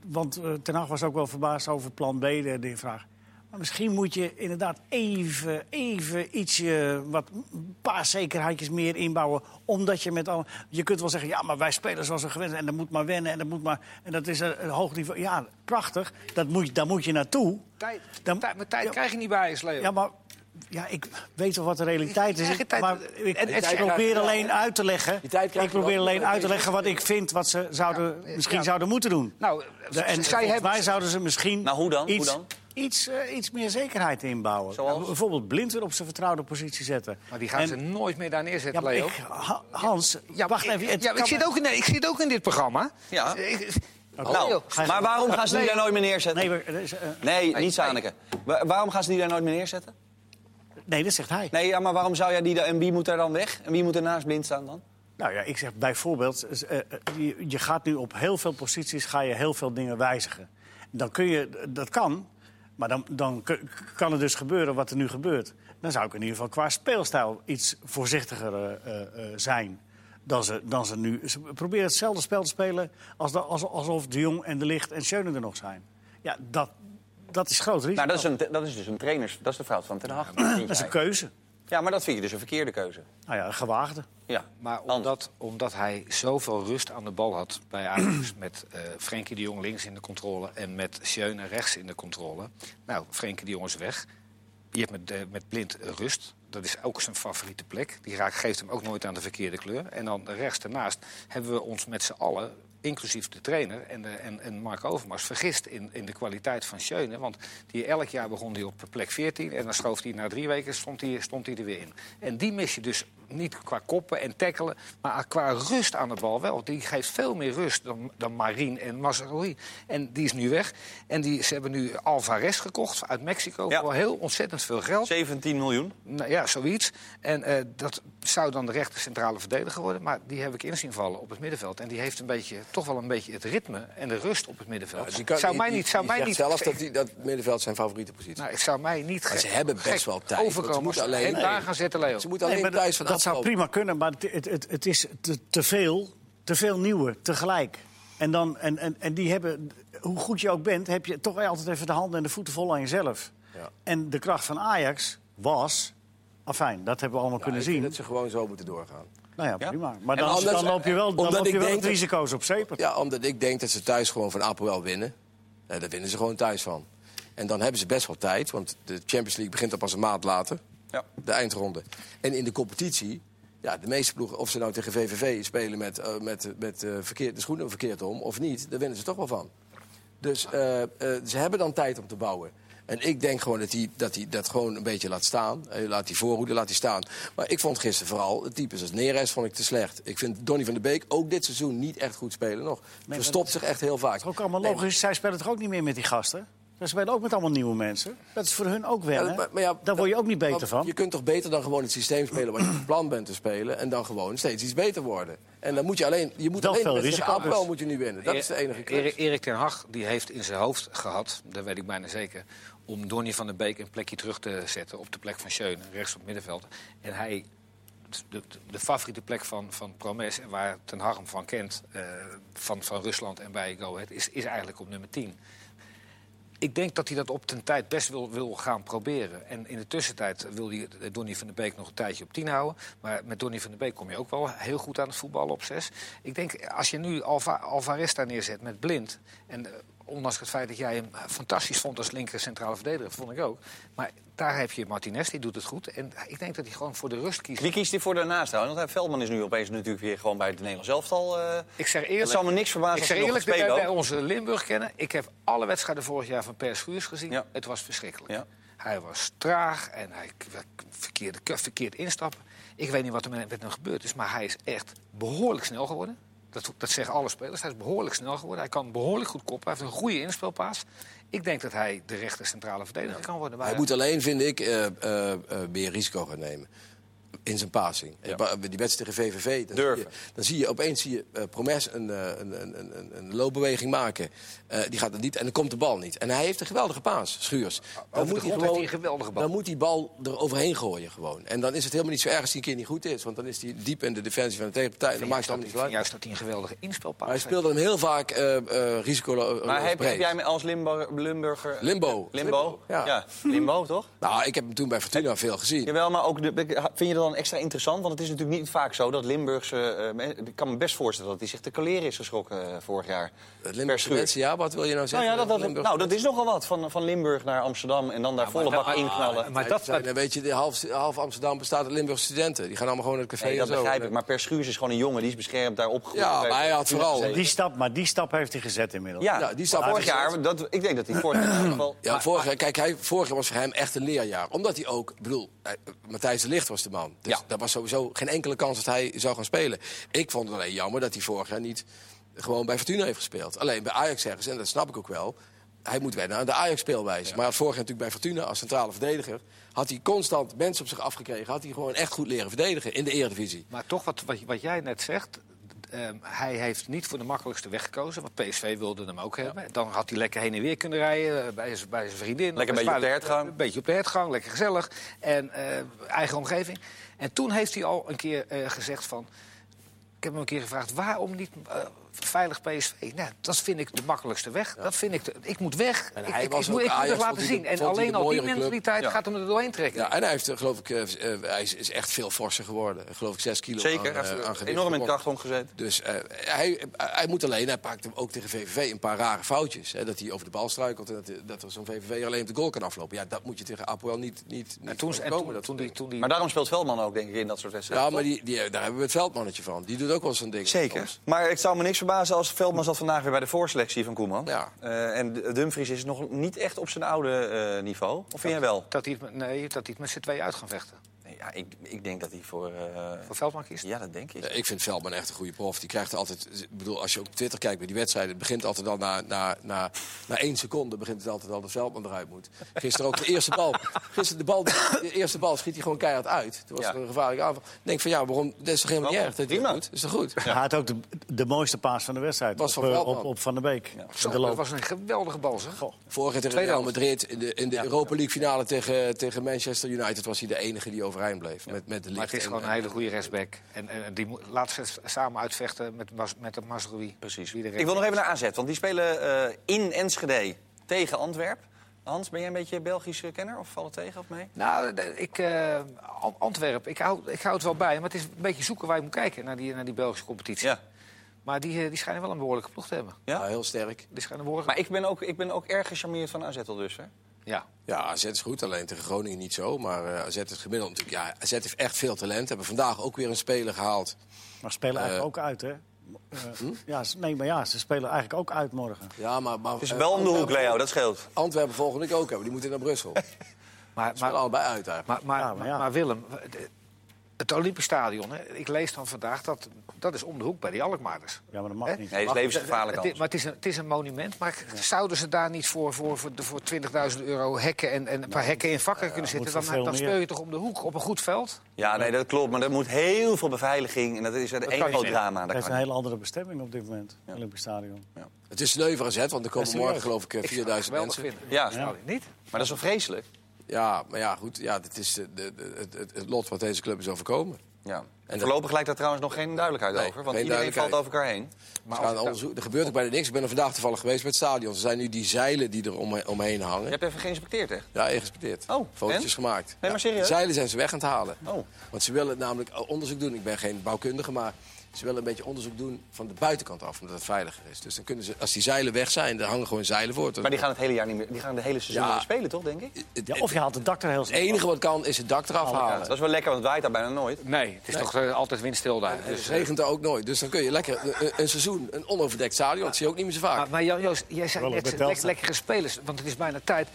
Want eh, Ten Hag was ook wel verbaasd over plan B, de, de vraag. Maar misschien moet je inderdaad even, even ietsje, wat, een paar zekerheidjes meer inbouwen. Omdat je met al... Je kunt wel zeggen, ja, maar wij spelen zoals we gewend zijn. En dat moet maar wennen en dat moet maar... En dat is een, een hoog niveau. Ja, prachtig. Dat moet, je- daar moet je naartoe.
tijd,
Dan-
tijd- maar tijd
Ja.
krijg je niet bij, is Leo.
Ja, maar ja, ik weet wel wat de realiteit is.
Eigen
Ik-
tijd-
maar
en-
ik,
en-
ik
en-
probeer alleen uit te leggen.
Die tijd krijg
Ik
je
probeer
wel.
alleen uit te leggen wat ik vind wat ze zouden,
dus- Ja,
misschien
ja.
zouden moeten doen.
Nou,
De- en
zij
volgens
hebben...
mij zouden ze misschien.
Nou, hoe dan? Hoe
Iets,
dan?
iets, eh, iets meer zekerheid inbouwen.
Zoals?
Ja, bijvoorbeeld blind weer op zijn vertrouwde positie zetten.
Maar die gaan
En-
ze nooit meer daar
ja,
neerzetten,
maar
Leo.
ik, Ha- Hans, wacht even. het
ja, maar
kan
ik, zit
me-
ook in, nee, ik zit ook in dit programma. Oh,
Ja.
Ik-
Nou,
Leo,
ga je-
maar waarom gaan ze die
Nee.
daar nooit meer neerzetten?
Nee, maar, er is, eh,
Nee, niet Zaneke. Wa- Waarom gaan ze die daar nooit meer neerzetten?
nee, dat zegt hij.
Nee, ja, maar waarom zou jij die daar... En wie moet daar dan weg? En wie moet er naast blind staan dan?
Nou ja, ik zeg bijvoorbeeld, eh, eh, je, je gaat nu op heel veel posities ga je heel veel dingen wijzigen. Dan kun je, dat kan, maar dan, dan kun- kan er dus gebeuren wat er nu gebeurt. Dan zou ik in ieder geval qua speelstijl iets voorzichtiger eh, eh, eh, zijn dan ze, dan ze nu. Ze proberen hetzelfde spel te spelen als da- als, alsof De Jong en De Licht en Schöne er nog zijn. Ja, dat, dat is groot risico.
Nou, dat is, een, dat is dus een trainers... Dat is de fout van Ten Hag.
Dat is een keuze.
Ja, maar dat vind je dus een verkeerde keuze.
Nou ja, een gewaagde.
Ja,
Maar
Hans.
omdat, omdat hij zoveel rust aan de bal had bij Ajax... met eh Frenkie de Jong links in de controle en met Schöne rechts in de controle... Nou, Frenkie de Jong is weg. Je hebt met, eh, met Blind rust. Dat is ook zijn favoriete plek. Die raakt, geeft hem ook nooit aan de verkeerde kleur. En dan rechts daarnaast hebben we ons met z'n allen... inclusief de trainer en, de, en, en Mark Overmars... vergist in, in de kwaliteit van Schöne. Want die elk jaar begon hij op plek 14... en dan schoof hij na drie weken stond hij, stond hij er weer in. En die mis je dus niet qua koppen en tackelen, maar qua rust aan de bal wel. Die geeft veel meer rust dan, dan Marine en Mazarui. En die is nu weg. En die, ze hebben nu Alvarez gekocht uit Mexico
Ja.
voor heel ontzettend veel geld.
17 miljoen.
Nou ja, zoiets. En eh, dat zou dan de rechter centrale verdediger worden. Maar die heb ik inzien vallen op het middenveld. En die heeft een beetje, toch wel een beetje het ritme en de rust op het middenveld.
Die dus kan-
zou
die-
mij
die-
niet... Zou
die
mij
zegt
niet
zelf dat, die, dat middenveld zijn favoriete positie.
nou, ik zou mij niet...
Maar ze
gek-
hebben best
gek
wel tijd, want ze
Overkomen.
moeten
als ze
alleen-
hem daar gaan zetten, Leo.
Ze moeten alleen
Nee, maar
thuis
dat,
van
dat zou
afkomen.
prima kunnen, maar het, het, het, het is te, te veel, te veel nieuwe tegelijk. En, dan, en, en, en die hebben, hoe goed je ook bent, heb je toch altijd even de handen en de voeten vol aan jezelf.
Ja.
En de kracht van Ajax was, afijn, dat hebben we allemaal kunnen
Ik vind
zien.
dat ze gewoon zo moeten doorgaan.
Nou ja,
Ja.
prima. Maar
En
dan,
anders-
dan loop je wel, dan
omdat
loop
ik
je wel
denk
het
dat-
risico's op zeep.
Ja, omdat ik denk dat ze thuis gewoon van Apel wel winnen. Ja, daar winnen ze gewoon thuis van. En dan hebben ze best wel tijd, want de Champions League begint al pas een maand later.
Ja.
De eindronde. En in de competitie, ja, de meeste ploegen, of ze nou tegen VVV spelen met, eh, met, met eh, verkeerd, de schoenen verkeerd om of niet, daar winnen ze toch wel van. Dus eh, eh, ze hebben dan tijd om te bouwen. En ik denk gewoon dat hij dat, hij dat gewoon een beetje laat staan. Hij laat die voorhoede laat hij staan. Maar ik vond gisteren vooral, het types als Neres vond ik te slecht. Ik vind Donny van de Beek ook dit seizoen niet echt goed spelen nog. Verstopt zich echt heel vaak.
Dat is ook allemaal
Nee,
logisch. Zij spelen toch ook niet meer met die gasten? Zij spelen ook met allemaal nieuwe mensen. Dat is voor hun ook
Ja,
wennen.
Eh, maar- maar ja,
Daar word je ook niet beter
Want
van.
Je kunt toch beter dan gewoon het systeem spelen wat je van plan bent te spelen... en dan gewoon steeds iets beter worden. En dan moet je alleen... Je moet
Dat
alleen
veel
met-
risico
tegen APO
dus.
moet je nu winnen. Dat is de enige klus.
Erik, Erik ten Hag die heeft in zijn hoofd gehad, dat weet ik bijna zeker... om Donny van der Beek een plekje terug te zetten op de plek van Schöne, rechts op het middenveld. En hij, de, de favoriete plek van, van Promes, en waar ten Hag hem van kent... eh, van, van Rusland en bij Go Ahead, is, is eigenlijk op nummer 10. Ik denk dat hij dat op ten tijd best wil, wil gaan proberen. En in de tussentijd wil hij eh, Donny van der Beek nog een tijdje op 10 houden. Maar met Donny van der Beek kom je ook wel heel goed aan het voetballen op 6. Ik denk, als je nu Alva, Alvarez daar neerzet met blind. En eh, ondanks het feit dat jij hem fantastisch vond als linker centrale verdediger, vond ik ook. Maar daar heb je Martinez, die doet het goed. En ik denk dat hij gewoon voor de rust kiest.
Wie kiest hij voor daarnaast trouwens? Want hij- Veldman is nu opeens natuurlijk weer gewoon bij het Nederlands elftal. eh.
Ik zeg
Het
eerlijk,
zou me niks verbazen
ik
als hij
zeg
nog
eerlijk
gaat
dat wij
spelen
bij
ook.
onze Limburg kennen. Ik heb alle wedstrijden vorig jaar van Per Schuurs gezien.
Ja.
Het was verschrikkelijk.
Ja.
Hij was traag en hij k- verkeerde, k- verkeerd instappen. Ik weet niet wat er met met hem gebeurd is, maar hij is echt behoorlijk snel geworden. Dat, dat zeggen alle spelers. Hij is behoorlijk snel geworden. Hij kan behoorlijk goed koppen. Hij heeft een goede inspelpaas. Ik denk dat hij de rechter centrale verdediger kan worden. bij
Hij moet alleen, vind ik, eh, eh, eh, meer risico gaan nemen. In zijn passing.
Ja.
Ba- Die wedstrijd tegen VVV. Dan
Durven.
Zie je, dan zie je opeens zie je, eh, Promes een, eh, een, een, een- een, een loopbeweging maken. Eh, die gaat er niet, en dan komt de bal niet. En hij heeft een geweldige paas, Schuurs. Dan
de grond heeft hij een geweldige bal.
Dan moet die bal er overheen gooien gewoon. En dan is het helemaal niet zo erg als die een keer niet goed is. Want dan is hij diep in de defensie van de tegenpartij. En dan
Ik
maakt het
vind
allemaal niet uit.
juist dat hij een geweldige inspelpaas
Hij
heeft.
speelde hem heel vaak eh eh risicolo.
Maar heb,
breed.
heb jij me als Limburger... Limburger
Limbo.
Limbo?
Ja.
ja. Limbo, toch?
Nou, ik heb hem toen bij Fortuna veel gezien.
Jawel, maar ook de, vind je dat dan extra interessant? Want het is natuurlijk niet vaak zo dat Limburgse... eh, men- ik kan me best voorstellen dat hij zich de kaleren is geschrokken eh, vorig jaar.
Het
Per
Limburgse
schuur.
mensen, ja, wat wil je nou
Nou,
zeggen?
ja, dat, dat,
Limburg-
nou, dat is nogal wat. Van, van Limburg naar Amsterdam en dan daar volle
maar-
bak inknallen.
Maar dat,
Zijn, dan weet je, de half, half Amsterdam bestaat uit Limburgse studenten. Die gaan allemaal gewoon naar het café
Nee,
en
dat
zo.
begrijp ik. Maar Per Schuurs is gewoon een jongen, die is beschermd daar opgegroeid.
Ja,
Daar-
maar hij had vooral-
Ja,
Die stap, maar die stap heeft hij gezet inmiddels.
Ja,
Ja, die
die
stap
vorig
is gezet.
jaar, dat, ik denk dat hij vorig jaar in ieder geval...
Ja, vorig, jaar, kijk, hij, vorig jaar was voor hem echt een leerjaar. Omdat hij ook, ik bedoel, eh, Matthijs de Licht was de man. Dus
Ja.
daar was sowieso geen enkele kans dat hij zou gaan spelen. Ik vond het alleen jammer dat hij vorig jaar niet gewoon bij Fortuna heeft gespeeld. Alleen bij Ajax zeggen ze, en dat snap ik ook wel... Hij moet wennen aan de Ajax-speelwijze. Maar hij had vorig jaar natuurlijk bij Fortuna als centrale verdediger... had hij constant mensen op zich afgekregen. Had hij gewoon echt goed leren verdedigen in de Eredivisie.
Maar toch, wat, wat, wat jij net zegt. ehm, hij heeft niet voor de makkelijkste weg gekozen. Want PSV wilde hem ook hebben. Dan had hij lekker heen en weer kunnen rijden. eh, Bij zijn, bij zijn vriendin.
Lekker een beetje op de hertgang.
Een beetje op de hertgang, lekker gezellig. En eh, eigen omgeving. En toen heeft hij al een keer eh, gezegd van... Ik heb hem een keer gevraagd, waarom niet eh, veilig PSV? Nou, dat vind ik de makkelijkste weg. Dat vind ik, de- ik moet weg.
En
ik,
hij
ik,
was
ik moet,
ook
ik moet
Ajax,
het laten
vond hij de-
zien. En
vond hij
alleen
de
al die
mooiere club.
mentaliteit
Ja.
gaat hem er doorheen trekken.
Ja, en hij, heeft, eh, geloof ik, eh, eh, hij is, is echt veel forser geworden. Eh, Geloof ik, zes kilo aan,
Zeker,
eh, aan
hij heeft
gewicht
enorm in
gewonnen.
kracht omgezet.
Dus eh, hij, hij moet alleen, hij pakt hem ook tegen VVV een paar rare foutjes. Hè, dat hij over de bal struikelt en dat, dat er zo'n VVV alleen op de goal kan aflopen. Ja, dat moet je tegen Apoel niet, niet, niet
En toen, en
voorkomen,
toen,
dat
toen, die, toen die
Maar daarom speelt Veldman ook, denk ik, in dat soort wedstrijden.
Ja, maar die, die, daar hebben we het veldmannetje van. Die doet ook wel zo'n ding.
Zeker.
soms.
Maar ik zou me niks verbazen als Veldman zat vandaag weer bij de voorselectie van Koeman.
Ja.
Eh, en D- Dumfries is nog niet echt op zijn oude eh, niveau. Of vind jij wel?
Dat hij, het met- nee, dat hij het met z'n twee uit gaan vechten.
Nee, Ja, ik, ik denk dat hij voor... eh,
Voor Veldman kiest.
Ja, dat denk ik.
Ja, Eh, ik vind Veldman echt een goede prof. Die krijgt altijd, ik bedoel, als je op Twitter kijkt bij die wedstrijden, het begint altijd al na, na, na, na één seconde begint het altijd al dat Veldman eruit moet. Gisteren ook de eerste bal. Gisteren de, bal, de eerste bal schiet hij gewoon keihard uit. Toen was
Ja.
er een gevaarlijke aanval. Ik denk van ja, waarom? Dat is toch helemaal niet
Oh,
Wel,
erg. Dat hij dat
prima.
doet. Dat is toch goed?
Hij had ook de, de mooiste paas van de wedstrijd.
Was van
op, eh,
Veldman.
op, op Van der Beek.
Zo,
De
dat
loop.
was een geweldige bal, zeg.
Vorig jaar tegen
Tweede
Real
helft.
Madrid in de, in de Europa League finale tegen, tegen Manchester United was hij de enige die overeind bleef. Met, met de
Maar
licht
het is
en- eh,
gewoon een
eh,
en-
hele goede rechtsback. En, en, en die moet- laat ze s- samen uitvechten met, Mas- met de Masrowi.
Precies.
Wie de
Ik wil nog even naar AZ, want die spelen eh, in Enschede tegen Antwerp. Hans, ben jij een beetje Belgische kenner? Of valt het tegen of mee?
Nou, de- ik, eh, An- Antwerpen, ik hou, ik hou het wel bij. Maar het is een beetje zoeken waar je moet kijken naar die, naar die Belgische competitie.
Ja.
Maar die, eh, die schijnen wel een behoorlijke ploeg te hebben.
Ja?
Ja, heel sterk.
Die schijnen behoorlijk...
Maar ik ben ook, ik ben ook erg gecharmeerd van AZ al dus, hè?
Ja.
Ja, AZ is goed, alleen tegen Groningen niet zo. Maar eh, AZ is gemiddeld natuurlijk. Ja, AZ heeft echt veel talent. Hebben vandaag ook weer een speler gehaald.
Maar ze spelen eigenlijk ook uit, hè? Eh, ja, ze- nee, maar ja, ze spelen eigenlijk ook uit morgen.
Ja, maar, maar,
Het is wel
oh,
om de hoek, Leo, dat scheelt.
Antwerpen volgende week ook hebben. Die moeten naar Brussel. Ze
Maar,
maar,
maar,
allebei uit eigenlijk.
Maar, maar,
Ja, maar ja.
maar Willem, de- het Olympisch Stadion, hè, ik lees dan vandaag dat dat is om de hoek bij die Alkmaarders.
Ja, maar dat mag
Hè?
niet.
Nee, het is levensgevaarlijk
Het,
anders.
is- maar het is, een, het is een monument, maar zouden ze daar niet voor, voor, voor, voor 20.000 euro hekken en, en een paar hekken in vakken kunnen
moet
zitten?
voor
Dan,
veel
dan
meer.
speel je toch om de hoek op een goed veld?
Ja, nee, dat klopt. Maar dat moet heel veel beveiliging. En dat is een
kan
één
niet
groot
meer.
drama.
Het
Dat
heeft een
kan niet.
hele andere bestemming op dit moment, Olympisch Stadion.
Het is leuver AZ, want er komen
Ja,
morgen
serieus.
geloof ik eh,
Ik zou het
4000
geweldig
mensen.
vinden.
Ja.
Nou, niet?
Maar dat is wel vreselijk.
Ja, maar ja, goed. Ja, dat is eh, de, de- het, het, het lot wat deze club is overkomen.
Ja.
dat-
En voorlopig lijkt daar trouwens nog geen duidelijkheid
Nee,
over. Want
geen
iedereen valt over
duidelijkheid.
elkaar heen.
Maar gaan onderzoeken. Er gebeurt ook bijna niks. Ik ben er vandaag toevallig geweest bij het stadion. Er zijn nu die zeilen die er om, omheen hangen.
Je hebt even geïnspecteerd, hè?
Ja, ingespedeerd.
Oh,
Fotootjes
en?
gemaakt.
maar
Ja,
serieus?
de Zeilen zijn ze weg aan het halen.
Oh.
Want ze willen namelijk onderzoek doen. Ik ben geen bouwkundige, maar ze willen een beetje onderzoek doen van de buitenkant af, omdat het veiliger is. Dus dan kunnen ze, als die zeilen weg zijn, dan hangen gewoon zeilen voor.
Maar die gaan het hele jaar niet meer. Die gaan de hele seizoen
Ja.
niet meer spelen, toch, denk ik?
het,
Ja, of je haalt de dak er heel
het
snel
enige wat kan is het dak eraf
Oh, Ja,
halen.
dat is wel lekker, want het waait daar bijna nooit.
Nee, het is toch eh, altijd windstil daar.
Dus
Dus,
het regent er ook nooit. Dus dan kun je lekker een- een, een seizoen, een onoverdekt stadion, dat zie je ook niet meer zo vaak.
Maar, maar Jan Joost, jij zei
Wel,
net
bij
le-
Telstra.
lekkere spelers, want het is bijna tijd.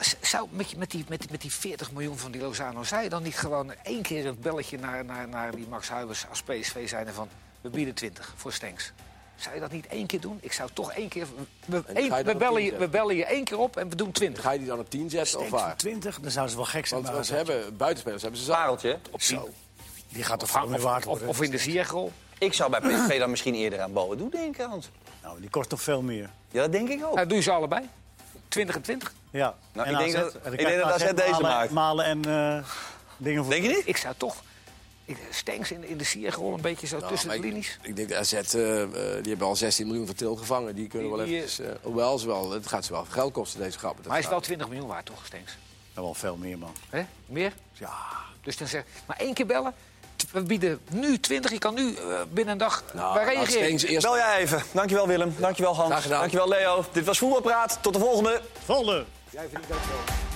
Z- Zou met, je- met, die, met, die- met die 40 miljoen van die Lozano, zou je dan niet gewoon één keer een belletje naar, naar, naar die Max Huibers als PSV zijn van we bieden 20 voor Stenks? Zou je dat niet één keer doen? Ik zou toch één keer. We,
dan
één-
ga je
we,
dat
bellen,
doen,
je,
zeg.
we bellen je één keer op en we doen 20.
Ga je die dan op 10 zetten of waar?
20, dan zouden ze wel gek zijn.
Want,
Maar
want ze
AZ,
hebben buitenspelers, hebben ze zaal.
Pareltje.
Zo.
die gaat toch veel meer waard
Ah, Of,
worden?
of in de Siergrol.
Ik zou bij PSV dan misschien eerder aan Boadu denken, Hans.
Nou, die kost toch veel meer?
Ja, dat denk ik ook.
Nou, doe je ze allebei. 20 en 20.
Ja.
Nou, ik denk dat-
dan
ik denk
krijgt
dat AZ deze
malen,
maakt.
Malen en eh, dingen voor.
Denk je niet?
Ik zou toch. ik- Stenks in, in de Siergrol een beetje zo tussen
Nou,
de
maar ik-
linies.
Ik denk de AZ, eh, eh, die hebben al 16 miljoen van Til gevangen. Die kunnen
Die-
wel
die,
eventjes... eh, hoewel, ze wel, het gaat ze wel geld kosten, deze grappen.
Maar hij is wel 20 miljoen waard, toch, Stenks?
Nou, wel veel meer, man.
Hè? Meer?
Ja.
Dus dan zeg maar één keer bellen. T- We bieden nu 20. Je kan nu eh, binnen een dag. wij
Nou, laat
reageren.
Stengs eerst
Bel jij even. Dankjewel Willem. Dankjewel Hans.
Graag gedaan.
Dankjewel Leo. Dit was Voetbalpraat. Tot de volgende.
Volle!
Jij verdient ook wel.